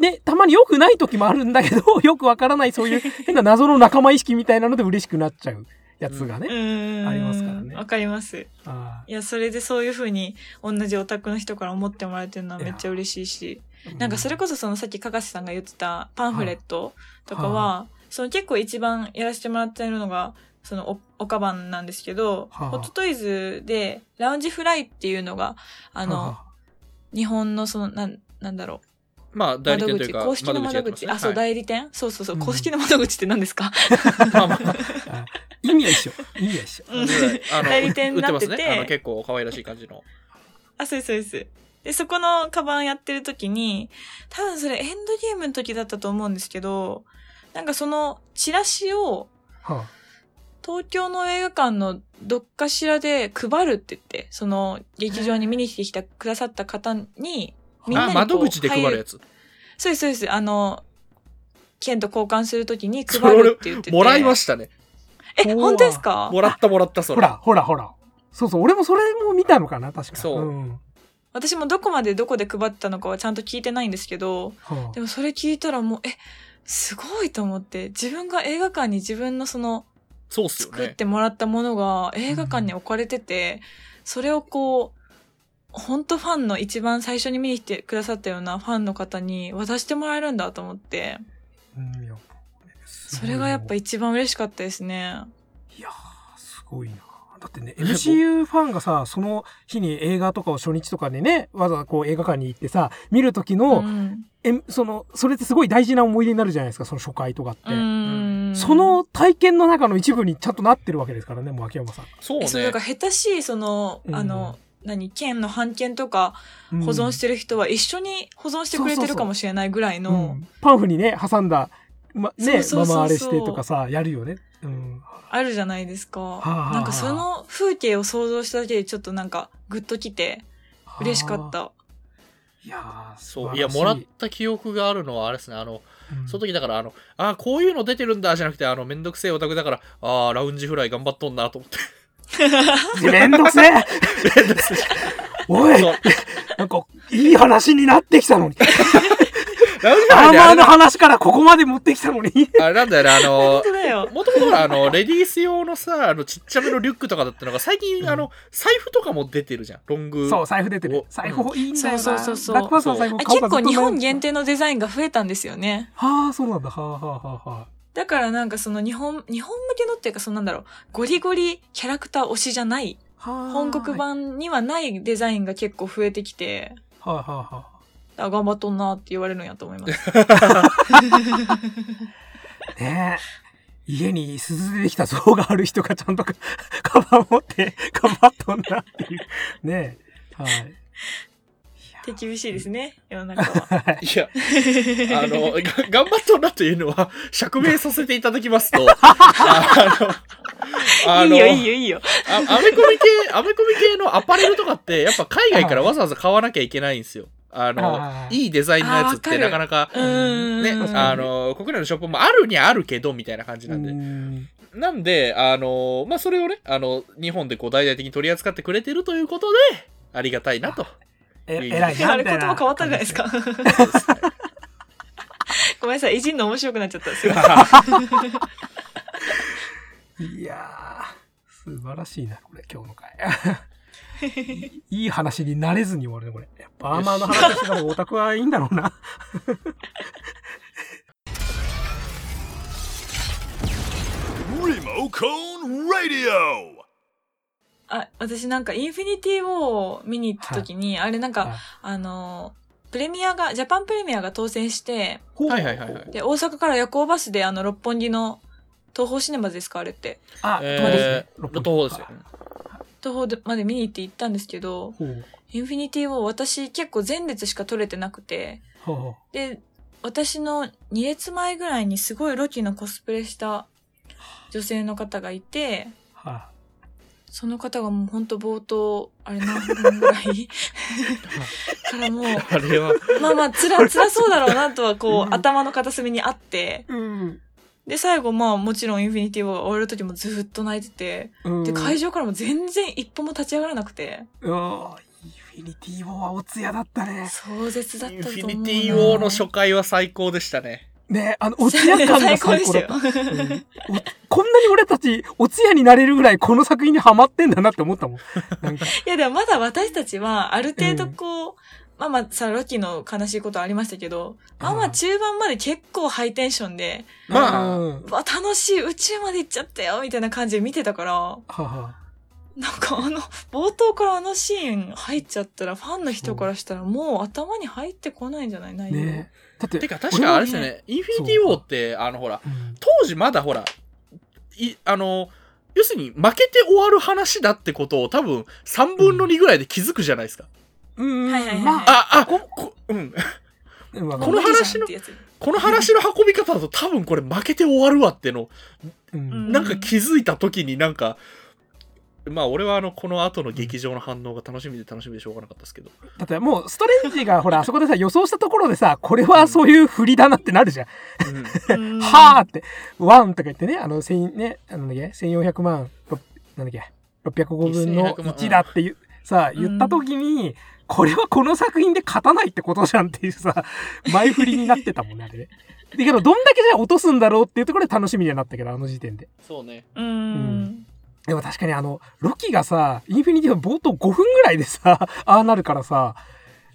C: ね、たまに良くない時もあるんだけど、 よくわからないそういう変な謎の仲間意識みたいなので嬉しくなっちゃうやつが
D: う
C: ね。
D: ーん。
C: ありますからね
D: わかります。
C: あ
D: いや、それでそういうふうに同じオタクの人から思ってもらえてるのはめっちゃ嬉しいし。
C: ー
D: なんかそれこそそのさっきかかしさんが言ってたパンフレットとかは、その結構一番やらせてもらってるのが、そのお、おかばんなんですけど、
C: はあ
D: ホットトイズで、ラウンジフライっていうのが、あ
C: は
D: の、日本のその、なん、なんだろ
B: まあ、
D: う、
B: 代理
D: 窓
B: 店という
D: 口、
B: か、
D: 公式の窓口、
B: や
D: あ、そう、
B: って
D: 代理店そうそうそう、
C: うん
D: 公式の窓口って何ですか
B: ま すねはいまあまあ
C: あ 意味は一緒。意味は一緒。
D: うん
B: あの
D: 代理店になってて
B: 売ます ねあの結構可愛らしい感じの。
D: あ、そうです、そうです。で、そこのカバンやってる時に、多分それエンドゲームの時だったと思うんですけど、なんかそのチラシを
C: は
D: 東京の映画館のどっかしらで配るって言って、その劇場に見に来てきた、くださった方に、みんな
B: あ、
D: にこう
B: 窓口で配るや
D: つ。
B: つ。
D: そうです、そうです。あの、券と交換するときに
B: それ
D: 配るって言ってて。
B: もらいま
D: し
B: したね。
D: え、本当ですか
B: もらったもらった、
C: あ
B: そ
C: ほ
B: れ。
C: ら、ほら、ほら。そうそう、俺もそれも見たのかな、確か
B: そうん
D: 私もどこまでどこで配ったのかはちゃんと聞いてないんですけど、
C: は
D: でもそれ聞いたらもう、え、すごいと思って、自分が映画館に自分のその
B: そうっすよ
D: 作っ
B: ね。
D: てもらったものが映画館に置かれてて、それをこう、本当ファンの一番最初に見に来てくださったようなファンの方に渡してもらえるんだと思って、
C: あうんいやす
D: そ
C: ごい
D: れがやっぱ一番嬉しかったですね。
C: いやー、すごいな。だってね、
B: ね
C: MCU ファンがさ、その日に映画とかを初日とかにね、わざわざこう映画館に行ってさ、見る時
D: う
C: の、
D: ん。
C: えその、それってすごい大事な思い出になるじゃないですか、その初回とかって。
D: うん
C: そ、の体験の中の一部にちゃんとなってるわけですからね、もう秋山さん。
B: そう
D: えそう、な
B: ね
D: んか。下手しい、その、あの、何、券の版券とか保存してる人は一緒に保存してくれてるかもしれないぐらい
C: る
D: の、
C: パンフにね、挟んだ、ま、ね、
D: そうそうそうそう
C: ママあれしてとかさ、やるよね。うん。
D: あるじゃないですか。
C: あはあ
D: なんかその風景を想像しただけでちょっとなんかグッときて嬉しかっ
C: あ
D: た。
C: ー。いやー、
B: そ
C: 素
B: う。い
C: 晴
B: や、
C: らし
B: もらった記憶があるのはあれですね。あの、
C: うん
B: その時だから、あの、あ、こういうの出てるんだ、じゃなくて、あの、めんどくせえオタクだから、あーラウンジフライ頑張っとんな、と思って。
C: めんどくせえおい
B: そう
C: なんか、いい話になって きたのに。
B: ラウンジフラ
C: ア
B: イ
C: ー
B: で
C: マ
B: あ
C: ー
B: れ
C: の
B: な
C: 話からここまで持ってきたのに。
B: あれなんだよね、あの
D: 本、当だよ。
B: もともとほら、あの、レディース用のさ、あの、ちっちゃめのリュックとかだったのが、最近、あの、財布とかも出てるじゃん。ロング。
C: そう、財布出てる
B: お。
C: 財布いいんだよな。
D: そうそうそうそう
C: ラックパスの財布
D: あ
C: 買おう
D: 結
C: か
D: 構日
C: ずっ
D: 本
C: と悩ん
D: 限
C: で
D: 定のデザインが増えたんですよね。
C: た。はあ、そうなんだ。はあ、はあ、はあ、はあ。
D: だからなんかその日本、日本向けのっていうかそのなんだろう、ゴリゴリキャラクター推しじゃない、
C: はあ
D: 本国。版にはないデザインが結構増えてきて、
C: はいはいは
D: あ、頑張っとんなって言われるんやと思います。
C: い。ねえ。家に鈴でできた像がある人がちゃんとか カバン持って 頑張っとんなっていう。ねえ。はい。
D: 手厳しいですね、世の中は。
B: いや、あ の、が頑張っとんなというのは、釈明させていただきますと、 あの、あ
D: い
B: の
D: いよ、いいよ、いいよ。
B: あアメコミ系、アメコミ系のアパレルとかって、やっぱ海外からわざわざ買わなきゃいけないんですよ。あの
C: あ、ー
B: いいデザインのやつっ
D: あー
B: て
D: わかる
B: なかなか、
D: うーん。
B: ね、あ
D: の、
B: の、国内のショップもあるにはあるけど、みたいな感じなんで。
C: うん
B: なんで、あの、まあ、それをね、あの、日本でこう大々的に取り扱ってくれてるということで、ありがたいなと。
C: え、
B: いい
C: 偉いな。
D: あれ
C: みた
D: 言
C: いな
D: 葉変わったじゃないですか。
B: そうですね
D: ごめんなさい、いじんの面白くなっちゃったんですよ。
C: いやー、素晴らしいな、これ、今日の回。い いいい話になれずに終わるね、これ。やっぱアーマーの話してた方がオタクはいいんだろう な。
A: Remote Cone Radio!
D: あ、私なんかインフィニティウォーを見に行った時に、あれなんか、あの、プレミアが、ジャパンプレミアが当選して、
B: はいはいはいはい
D: で、大阪から夜行バスであの、六本木の東宝シネマズですかあれって
C: あ、
B: えー、
C: 六
B: 路頭
C: 本木
B: ですよ。
D: 東宝まで見に行って行ったんですけど
C: ほう
D: インフィニティを私結構前列しか撮れてなくて
C: ほうほう
D: で私の2列前ぐらいにすごいロキのコスプレした女性の方がいて
C: は
D: その方がもうほんと冒頭あれ何分ぐらい からもう
B: あれは、
D: まあまあ、つら、つらそうだろうなとは、こ
C: うん
D: う、頭の片隅にあって、
C: うん。
D: で、最後、まあ、もちろん、インフィニティウォーが終わる時もずっと泣いてて、
C: うん。
D: で、会場からも全然一歩も立ち上がらなくて、
C: うわインフィニティウォーはお通夜だったね。
D: 壮絶だっ
B: イ
D: た
B: ン
D: と
B: フ
D: 思う
B: ィ
D: な。
B: ニティ・ウォーの初回は最高でしたね。
C: ねあの、お通夜感が
D: 最高
C: 最
D: でし
C: 高
D: た
C: だっ
D: よ
C: た。。 うんおこんなに俺たち、お通夜になれるぐらいこの作品にハマってんだなって思ったもん。なんか、
D: いや、でもまだ私たちは、ある程度こう、まあまあ、さ、ロキの悲しいことありましたけど、まあまあ、中盤まで結構ハイテンションで、
B: まあ、
C: うん、は
D: わ、楽しい、宇宙まで行っちゃったよ、みたいな感じで見てたから、
C: あは
D: なんかあの、冒頭からあのシーン入っちゃったら、ファンの人からしたらもう頭に入ってこないんじゃない
C: あ
D: 内容。
C: ねだって、
B: てか確かあれですよね、インフィニティ・ウォーって、あのほら、
C: うん
B: 当時まだほら、いあの、要するに負けて終わる話だってことを多分3分の2ぐらいで気づくじゃないですか。
C: うん
D: はいはいはい
C: まあ、
B: あ、あ、こ、こうん。
C: うんわか
B: こ
D: もう
B: の
C: る
D: 無理
B: 話
D: じゃん
B: の
D: ってやつ
B: この話の運び方だと多分これ負けて終わるわっての、
C: うん
B: なんか気づいた時になんか、まあ俺はあの、この後の劇場の反応が楽しみで楽しみでしょうがなかったですけど。
C: だってもう、ストレンジがほら、あそこでさ、予想したところでさ、これはそういう振りだなってなるじゃん。
B: うん
D: うん
C: はあって、ワンとか言ってね、あの、千、ね、あの、なんだっけ、1400万、ろなんだっけ、605分の
B: 1400万
C: 1だっていう、さ、言った時に、これはこの作品で勝たないってことじゃんっていう さ、前振りになってたもんね、あれね。だけど、どんだけじゃあ落とすんだろうっていうところで楽しみにはなったけど、あの時点で。
B: そうね。
D: うん。
C: でも確かにあの、ロキがさ、インフィニティの冒頭5分ぐらいでさ、 ああなるからさ、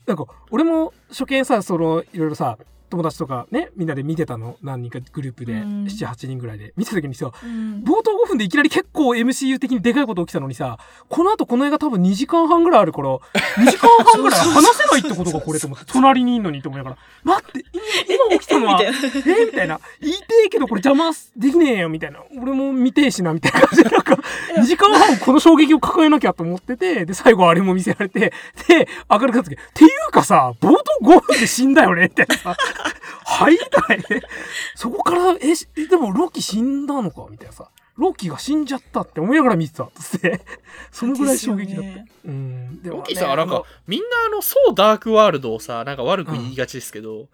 C: なんか、俺も初見さ、その、いろいろさ、友達とかね、みんなで見てたの、何人かグループで、
D: うん
C: 7、8人ぐらいで、見てた時にさ、
D: うん
C: 冒頭5分でいきなり結構 MCU 的にでかいこと起きたのにさ、この後この映画多分2時間半ぐらいあるから、2時 間半ぐらい話せないってことがこれと思って、隣にいんのにと思いながら、待って、今今起きたのは、
D: え
C: え
D: みたい
C: みたいな、言いてえけどこれ邪魔できねえよみたいな、俺も見てえしなみたいな感じで、なんか、2時間半この衝撃を抱えなきゃと思ってて、で、最後あれも見せられて、で、明るくなった時、っていうかさ、冒頭5分で死んだよねってさ、入らないね。そこから、え、しでもロキ死んだのかみたいなさ。ロキが死んじゃったって思いながら見てた。つって。そのぐらい衝撃だった。
D: ですよね
C: うん。でも
B: ロ
C: ね
B: ッキーさん、なんか、、みんなあの、そうダークワールドをさ、なんか悪く言いがちですけど、
D: うん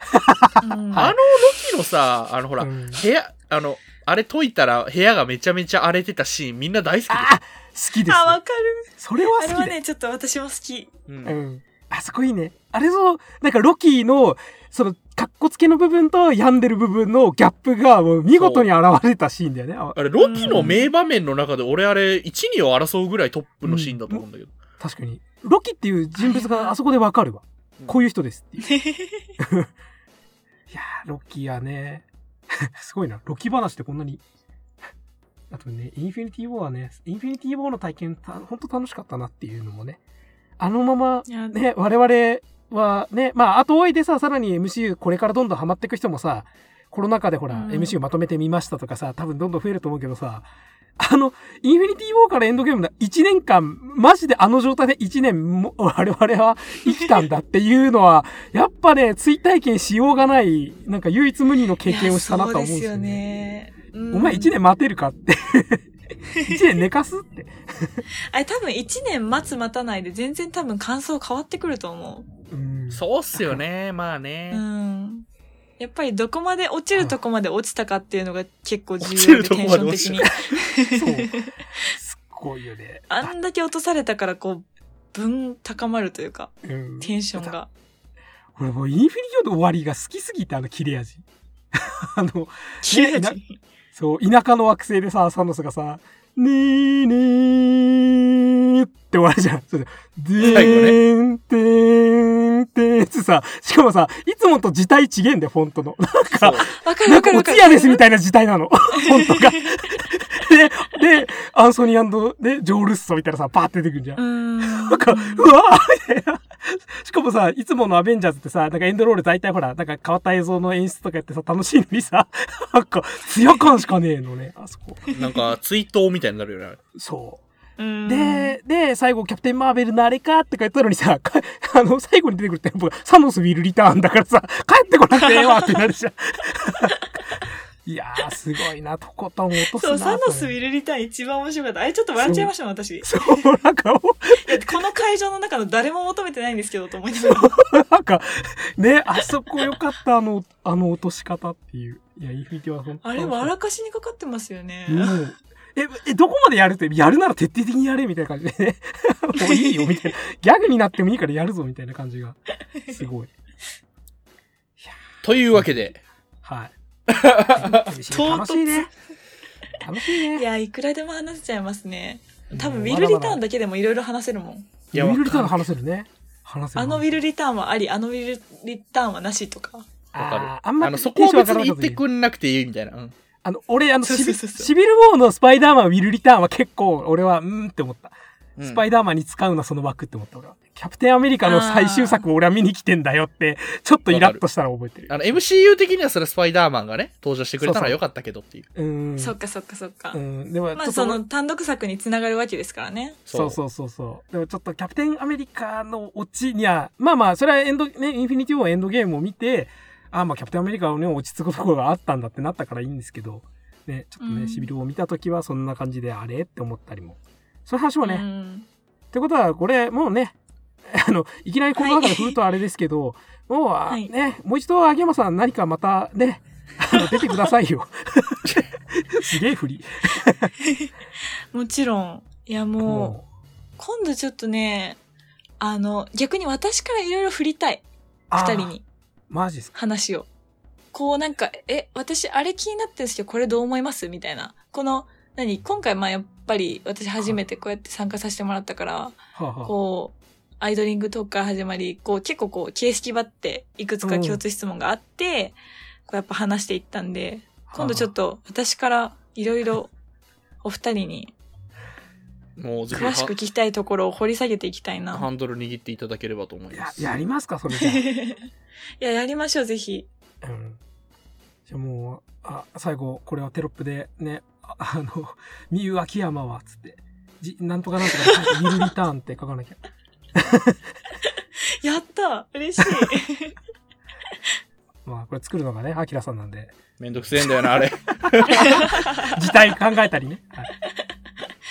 B: あのロキのさ、あのほら、
C: うん
B: 部屋、あの、あれ解いたら部屋がめちゃめちゃ荒れてたシーンみんな大好きで
C: ああ好きです、
D: あ、わ
C: ね。
D: かる。
C: それは
D: あれ
C: 好
D: は
C: きで。
D: ね、ちょっと私も好 き。
B: す。うん
C: うん。あそこいいね。あれの、なんかロキの、その、かっこつけの部分と病んでる部分のギャップがもう見事に現れたシーンだよね。あ
B: あれ、ロキの名場面の中で俺あれ、1、2を争うぐらいトップのシーンだと思うんだけど。
C: 確かに。ロキっていう人物があそこでわかるわ
B: う。ん
C: こういう人ですっていう。いやー、ロッキーはね、 すごいな。ロキ話ってこんなに。あとね、インフィニティ・ウォーはね、インフィニティ・ウォーの体験、たほんと楽しかったなっていうのもね。あのまま、
D: いや
C: ね、我々はね、まあ、後追いでさ、さらに MCU これからどんどんハマっていく人もさ、コロナ禍でほら、
D: うん
C: MCU まとめてみましたとかさ、多分どんどん増えると思うけどさ、あの、インフィニティ・ウォーからエンドゲームの1年間、マジであの状態で1年も、我々は生きたんだっていうの は、やっぱね、追体験しようがない、なんか唯一無二の経験をしたなとは思うんですよね。
D: いやそうですよね。うん
C: お前1年待てるか って。1年寝かすって。
D: あれ多分1年待つ待たないで全然多分感想変わってくると思
C: うん
B: そうっすよね、まあ
D: う。
B: ね。
D: うん。やっぱりどこまで落ちるとこまで落ちたかっていうのが結構重要で
B: 落ちると
D: テ
B: こ
D: ン
B: ま
D: シ
B: で
D: ョン
B: 落
D: 的
B: ち
D: に
B: た。
C: そう。すっごいよね。
D: あんだけ落とされたからこう、分高まるというか、
C: うん
D: テンションが。
C: 俺もうインフィニティの終わりが好きすぎて、あの切れ味。 あの、
D: 切れ
C: な
D: 味。
C: そう、田舎の惑星でさ、サノスがさ、ねーねーって終わるじゃん。それで、
B: 最
C: で
B: 後
C: ーん、てーん、てーん、つつさ、しかもさ、いつもと字体違えんだよ、フォントの。
B: そう
D: わかる
C: な
D: わ
C: んか
D: か
C: お
D: るわか
C: 通
D: る。
C: 夜ですみたいな字体な の。本当が。で、で、アンソニーで、ジョー・ルッソみたいなさ、パーって出てくるじゃん
D: う。ん。
C: なんか、うわーみたいな。しかもさ、いつものアベンジャーズってさ、なんかエンドロール大体ほら、なんか変わった映像の演出とかやってさ、楽しいのにさ、 なんか、ツヤ感しかねえのね、あそこ。
B: なんか追悼みたいになるよね
C: そう。
D: うん
C: で、で、最後、キャプテン・マーベルのあれかって書いてたのにさ、 かあの、最後に出てくるテンポが、サノス・ウィル・リターンだからさ、帰ってこなくてええわってなるじ ゃん。いやー、すごいな、とことん落とす
D: そ
C: な
D: う、
C: と
D: サ
C: 思う。
D: ノスウィルリターン一番面白かった。あれちょっと笑っちゃいましたもん、私。い
C: そう、なんか、
D: や、この会場の中の誰も求めてないんですけど、と思いながら。
C: なんか、ね、あそこ良かった、あの、あの落とし方っていう。いや、インフィニティは本当
D: あれ、笑かしにかかってますよね。
C: うんえ、え、どこまでやるって、やるなら徹底的にやれみたいな感じでね。 もういいよ、みたいな。ギャグになってもいいからやるぞ、みたいな感じが。すごい。
B: というわけで
C: はい。
D: 唐突
C: 楽しいね。楽しい
D: い
C: ね。
D: や、いくらでも話せちゃいますね。多分、ウ
C: うん
D: ィルリターンだけでもいろいろ話せるもん。
B: いや
C: ウ
B: わ
C: ィルリターン
B: か
C: の
B: る
C: 話せるね。話せる。
D: あのウィルリターンはあり、あのウィルリターンはなしとか。
B: わか
C: あーあん
B: る
C: ま
B: あのそこを別に言って
C: る。
B: くんなくていいみたいな、うん
C: あの、俺、あの、
D: そう
C: シ
D: そう
C: ビ
D: そうそう
C: シビル・ウォーのスパイダーマン、ウィル・リターンは結構、俺は、うーんって思った。
B: うん
C: スパイダーマンに使うな、その枠って思った、俺は。キャプテン・アメリカの最終作を俺は見に来てんだよって、ちょっとイラッとしたら覚えてる。
B: あの MCU 的にはそれスパイダーマンがね登場してくれたらよかったけどっていう
C: うーん。
D: そっかそっかそっか。
C: うん。でも、
D: ま
C: ちょ
D: あ、
C: っと
D: その単独作につながるわけですからね。
C: そうそうそうそう。でもちょっとキャプテンアメリカのオチには、まあまあ、それはエンド、ね、インフィニティウォーエンドゲームを見て、あまあキャプテンアメリカのね、落ち着くところがあったんだってなったからいいんですけど、ね、ちょっとね、
D: うん
C: シビルを見たときはそんな感じであれって思ったりも。そういう話もね。
D: う
C: っ
D: ん
C: てことは、これ、もうね、 あの、いきなりこの中で
D: はい
C: 振るとあれですけど、もうあ、
D: はい
C: ね、もう一度、秋山さん何かまたね、あ の出てくださいよ。すげえ振り。
D: もちろん。いや、もう、今度ちょっとね、あの、逆に私からいろいろ振りたい。
C: う
D: 二人。
C: あー
D: に
C: マジっすか。
D: 話を。こうなんか、え、私あれ気になってるんですけど、これどう思いますみたいな。この、何今回まあやっぱり私初めてこうやって参加させてもらったから、
C: はあはあ
D: こう、アイドリングトークから始まり、こう結構こう形式ばっていくつか共通質問があって、こうやっぱ話していったんで、今度ちょっと私からいろいろお二人に
B: もうぜひ
D: 詳しく聞きたいところを掘り下げていき たい
B: ハ
D: な。
B: ハンドル握っていただければと思いま
C: や
B: す
C: やりますかそれ
D: い
C: で、
D: や、やりましょう、ぜひ。
C: うん、じゃあもうあ最後これはテロップでねああの「みゆ秋山は」つってじ「なんとかなんとか」ミルリターン」って書かなきゃ
D: やった嬉しい
C: まあこれ作るのがねアキラさんなんで
B: めんどくせえんだよなあれ
C: 字体考えたりね、はい、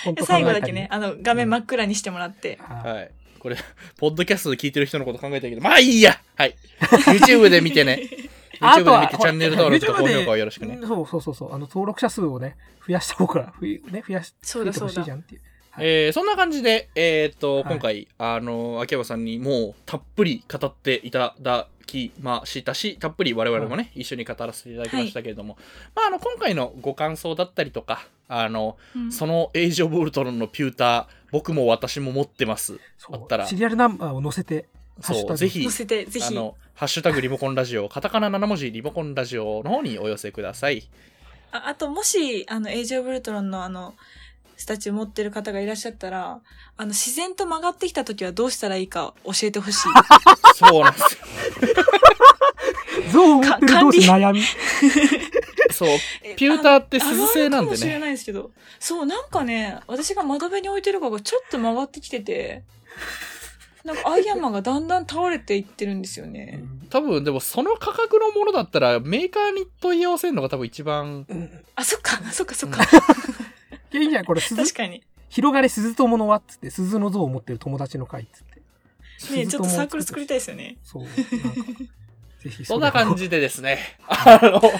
C: ほんと考え
D: 最
C: た
D: 後
C: り
D: だけね、あの、画面真っ暗にしてもらって。
C: はい
B: はいこれポッドキャストで聞いてる人のこと考えたけどまあいいやはい YouTube で見てね YouTube で見てチャンネル登録と
C: ほ
B: 高
C: ら
B: 評価をよろしく
C: YouTube
B: ね
C: でそうそうそうそうあの登録者数をね増やした方が増えね増 やし
D: そう
C: 増え
D: だ
C: て
D: そ
C: ほ
D: う
C: しい
D: だ
C: じ。ゃんっていうはい
B: えーそんな感じで、えーっと、
C: はい
B: 今回、あの、秋葉さんにもうたっぷり語っていただきましたし、たっぷり我々もね、一緒に語らせていただきましたけれども、まあ、あの、今回のご感想だったりとか、あの、
D: うん
B: そのエイジ・オブ・ウルトロンのピューター、僕も私も持ってます。
C: そう
B: あったら
C: シリアルナンバーを載せてハッシ
B: そう、
C: ュタグ
B: ぜひ
D: 載、せて、ぜ
B: あ
D: ひ。
B: の、ハッシュタグリモコンラジオ、カタカナ7文字リモコンラジオの方にお寄せください。
D: ああと、もし、あの、エイジオブルトロンのあの、スタチュー持ってる方がいらっしゃったら、あの、自然と曲がってきた時はどうしたらいいか教えてほしい。
B: そうなんですよ。
C: 像を持ってる同士
D: か
C: 悩み
B: そう、
D: え
B: ピューターって鈴製なん
D: あるかも
B: で
D: しれ
B: ね。
D: ないですけど。そう、なんかね、私が窓辺に置いてるかがちょっと曲がってきてて、なんかアイアンマンがだんだん倒れていってるんですよね。
B: 多分、でもその価格のものだったら、メーカーに問い合わせるのが多分一番、
D: あ、そっか、そっか、そっか。
C: いやいいじゃんこれ鈴
D: 確かに。
C: 広がれ鈴友の輪っつって、鈴の像を持ってる友達の会っつって。
D: ねちょっとサークル作りたい
C: い。
D: ですよね。
C: そう。なんか、ぜひ
B: そんな感
C: じ。
B: じでですね、あの、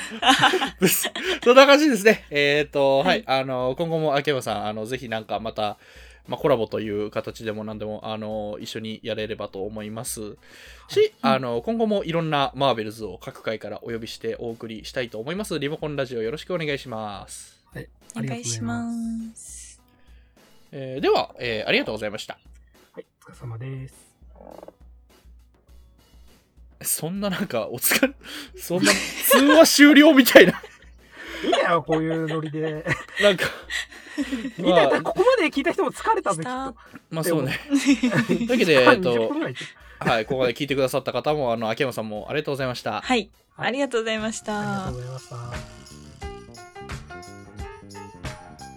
B: ですそんな感じですね。えっ、と、はい、あの、今後も秋山さん、あの、ぜひなんかまた、まあ、コラボという形でも何でも、あの、一緒にやれればと思いますし、あの、今後もいろんなマーベルズを各界からお呼びしてお送りしたいと思います。リモコンラジオよろしくお願いします。
D: お願いします。
B: えーでは、えーありがとうございました。
C: はい、お疲れ様です。
B: そんななんか、お疲れ、そん な通話終了みたいな、
C: いいんだよ、こういうノリで。
B: なん か、
C: みん
B: ま
C: な、多分
B: あ、
C: ここま で聞いた人も疲れたぜ、きっと。
B: まあそうね。
C: と
B: いうわけでえっと
C: は
B: はい、ここまで聞いてくださった方も、あの、秋山さんもありがとうございました。
D: はい。
C: はい
D: ありがとうございまし
C: あ
D: た
C: りがとう。ございました。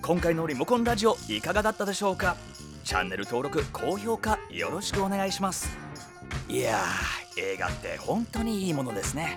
A: 今回のリモコンラジオいかがだったでしょうかチャンネル登録高評価よろしくお願いしますいやー映画って本当にいいものですね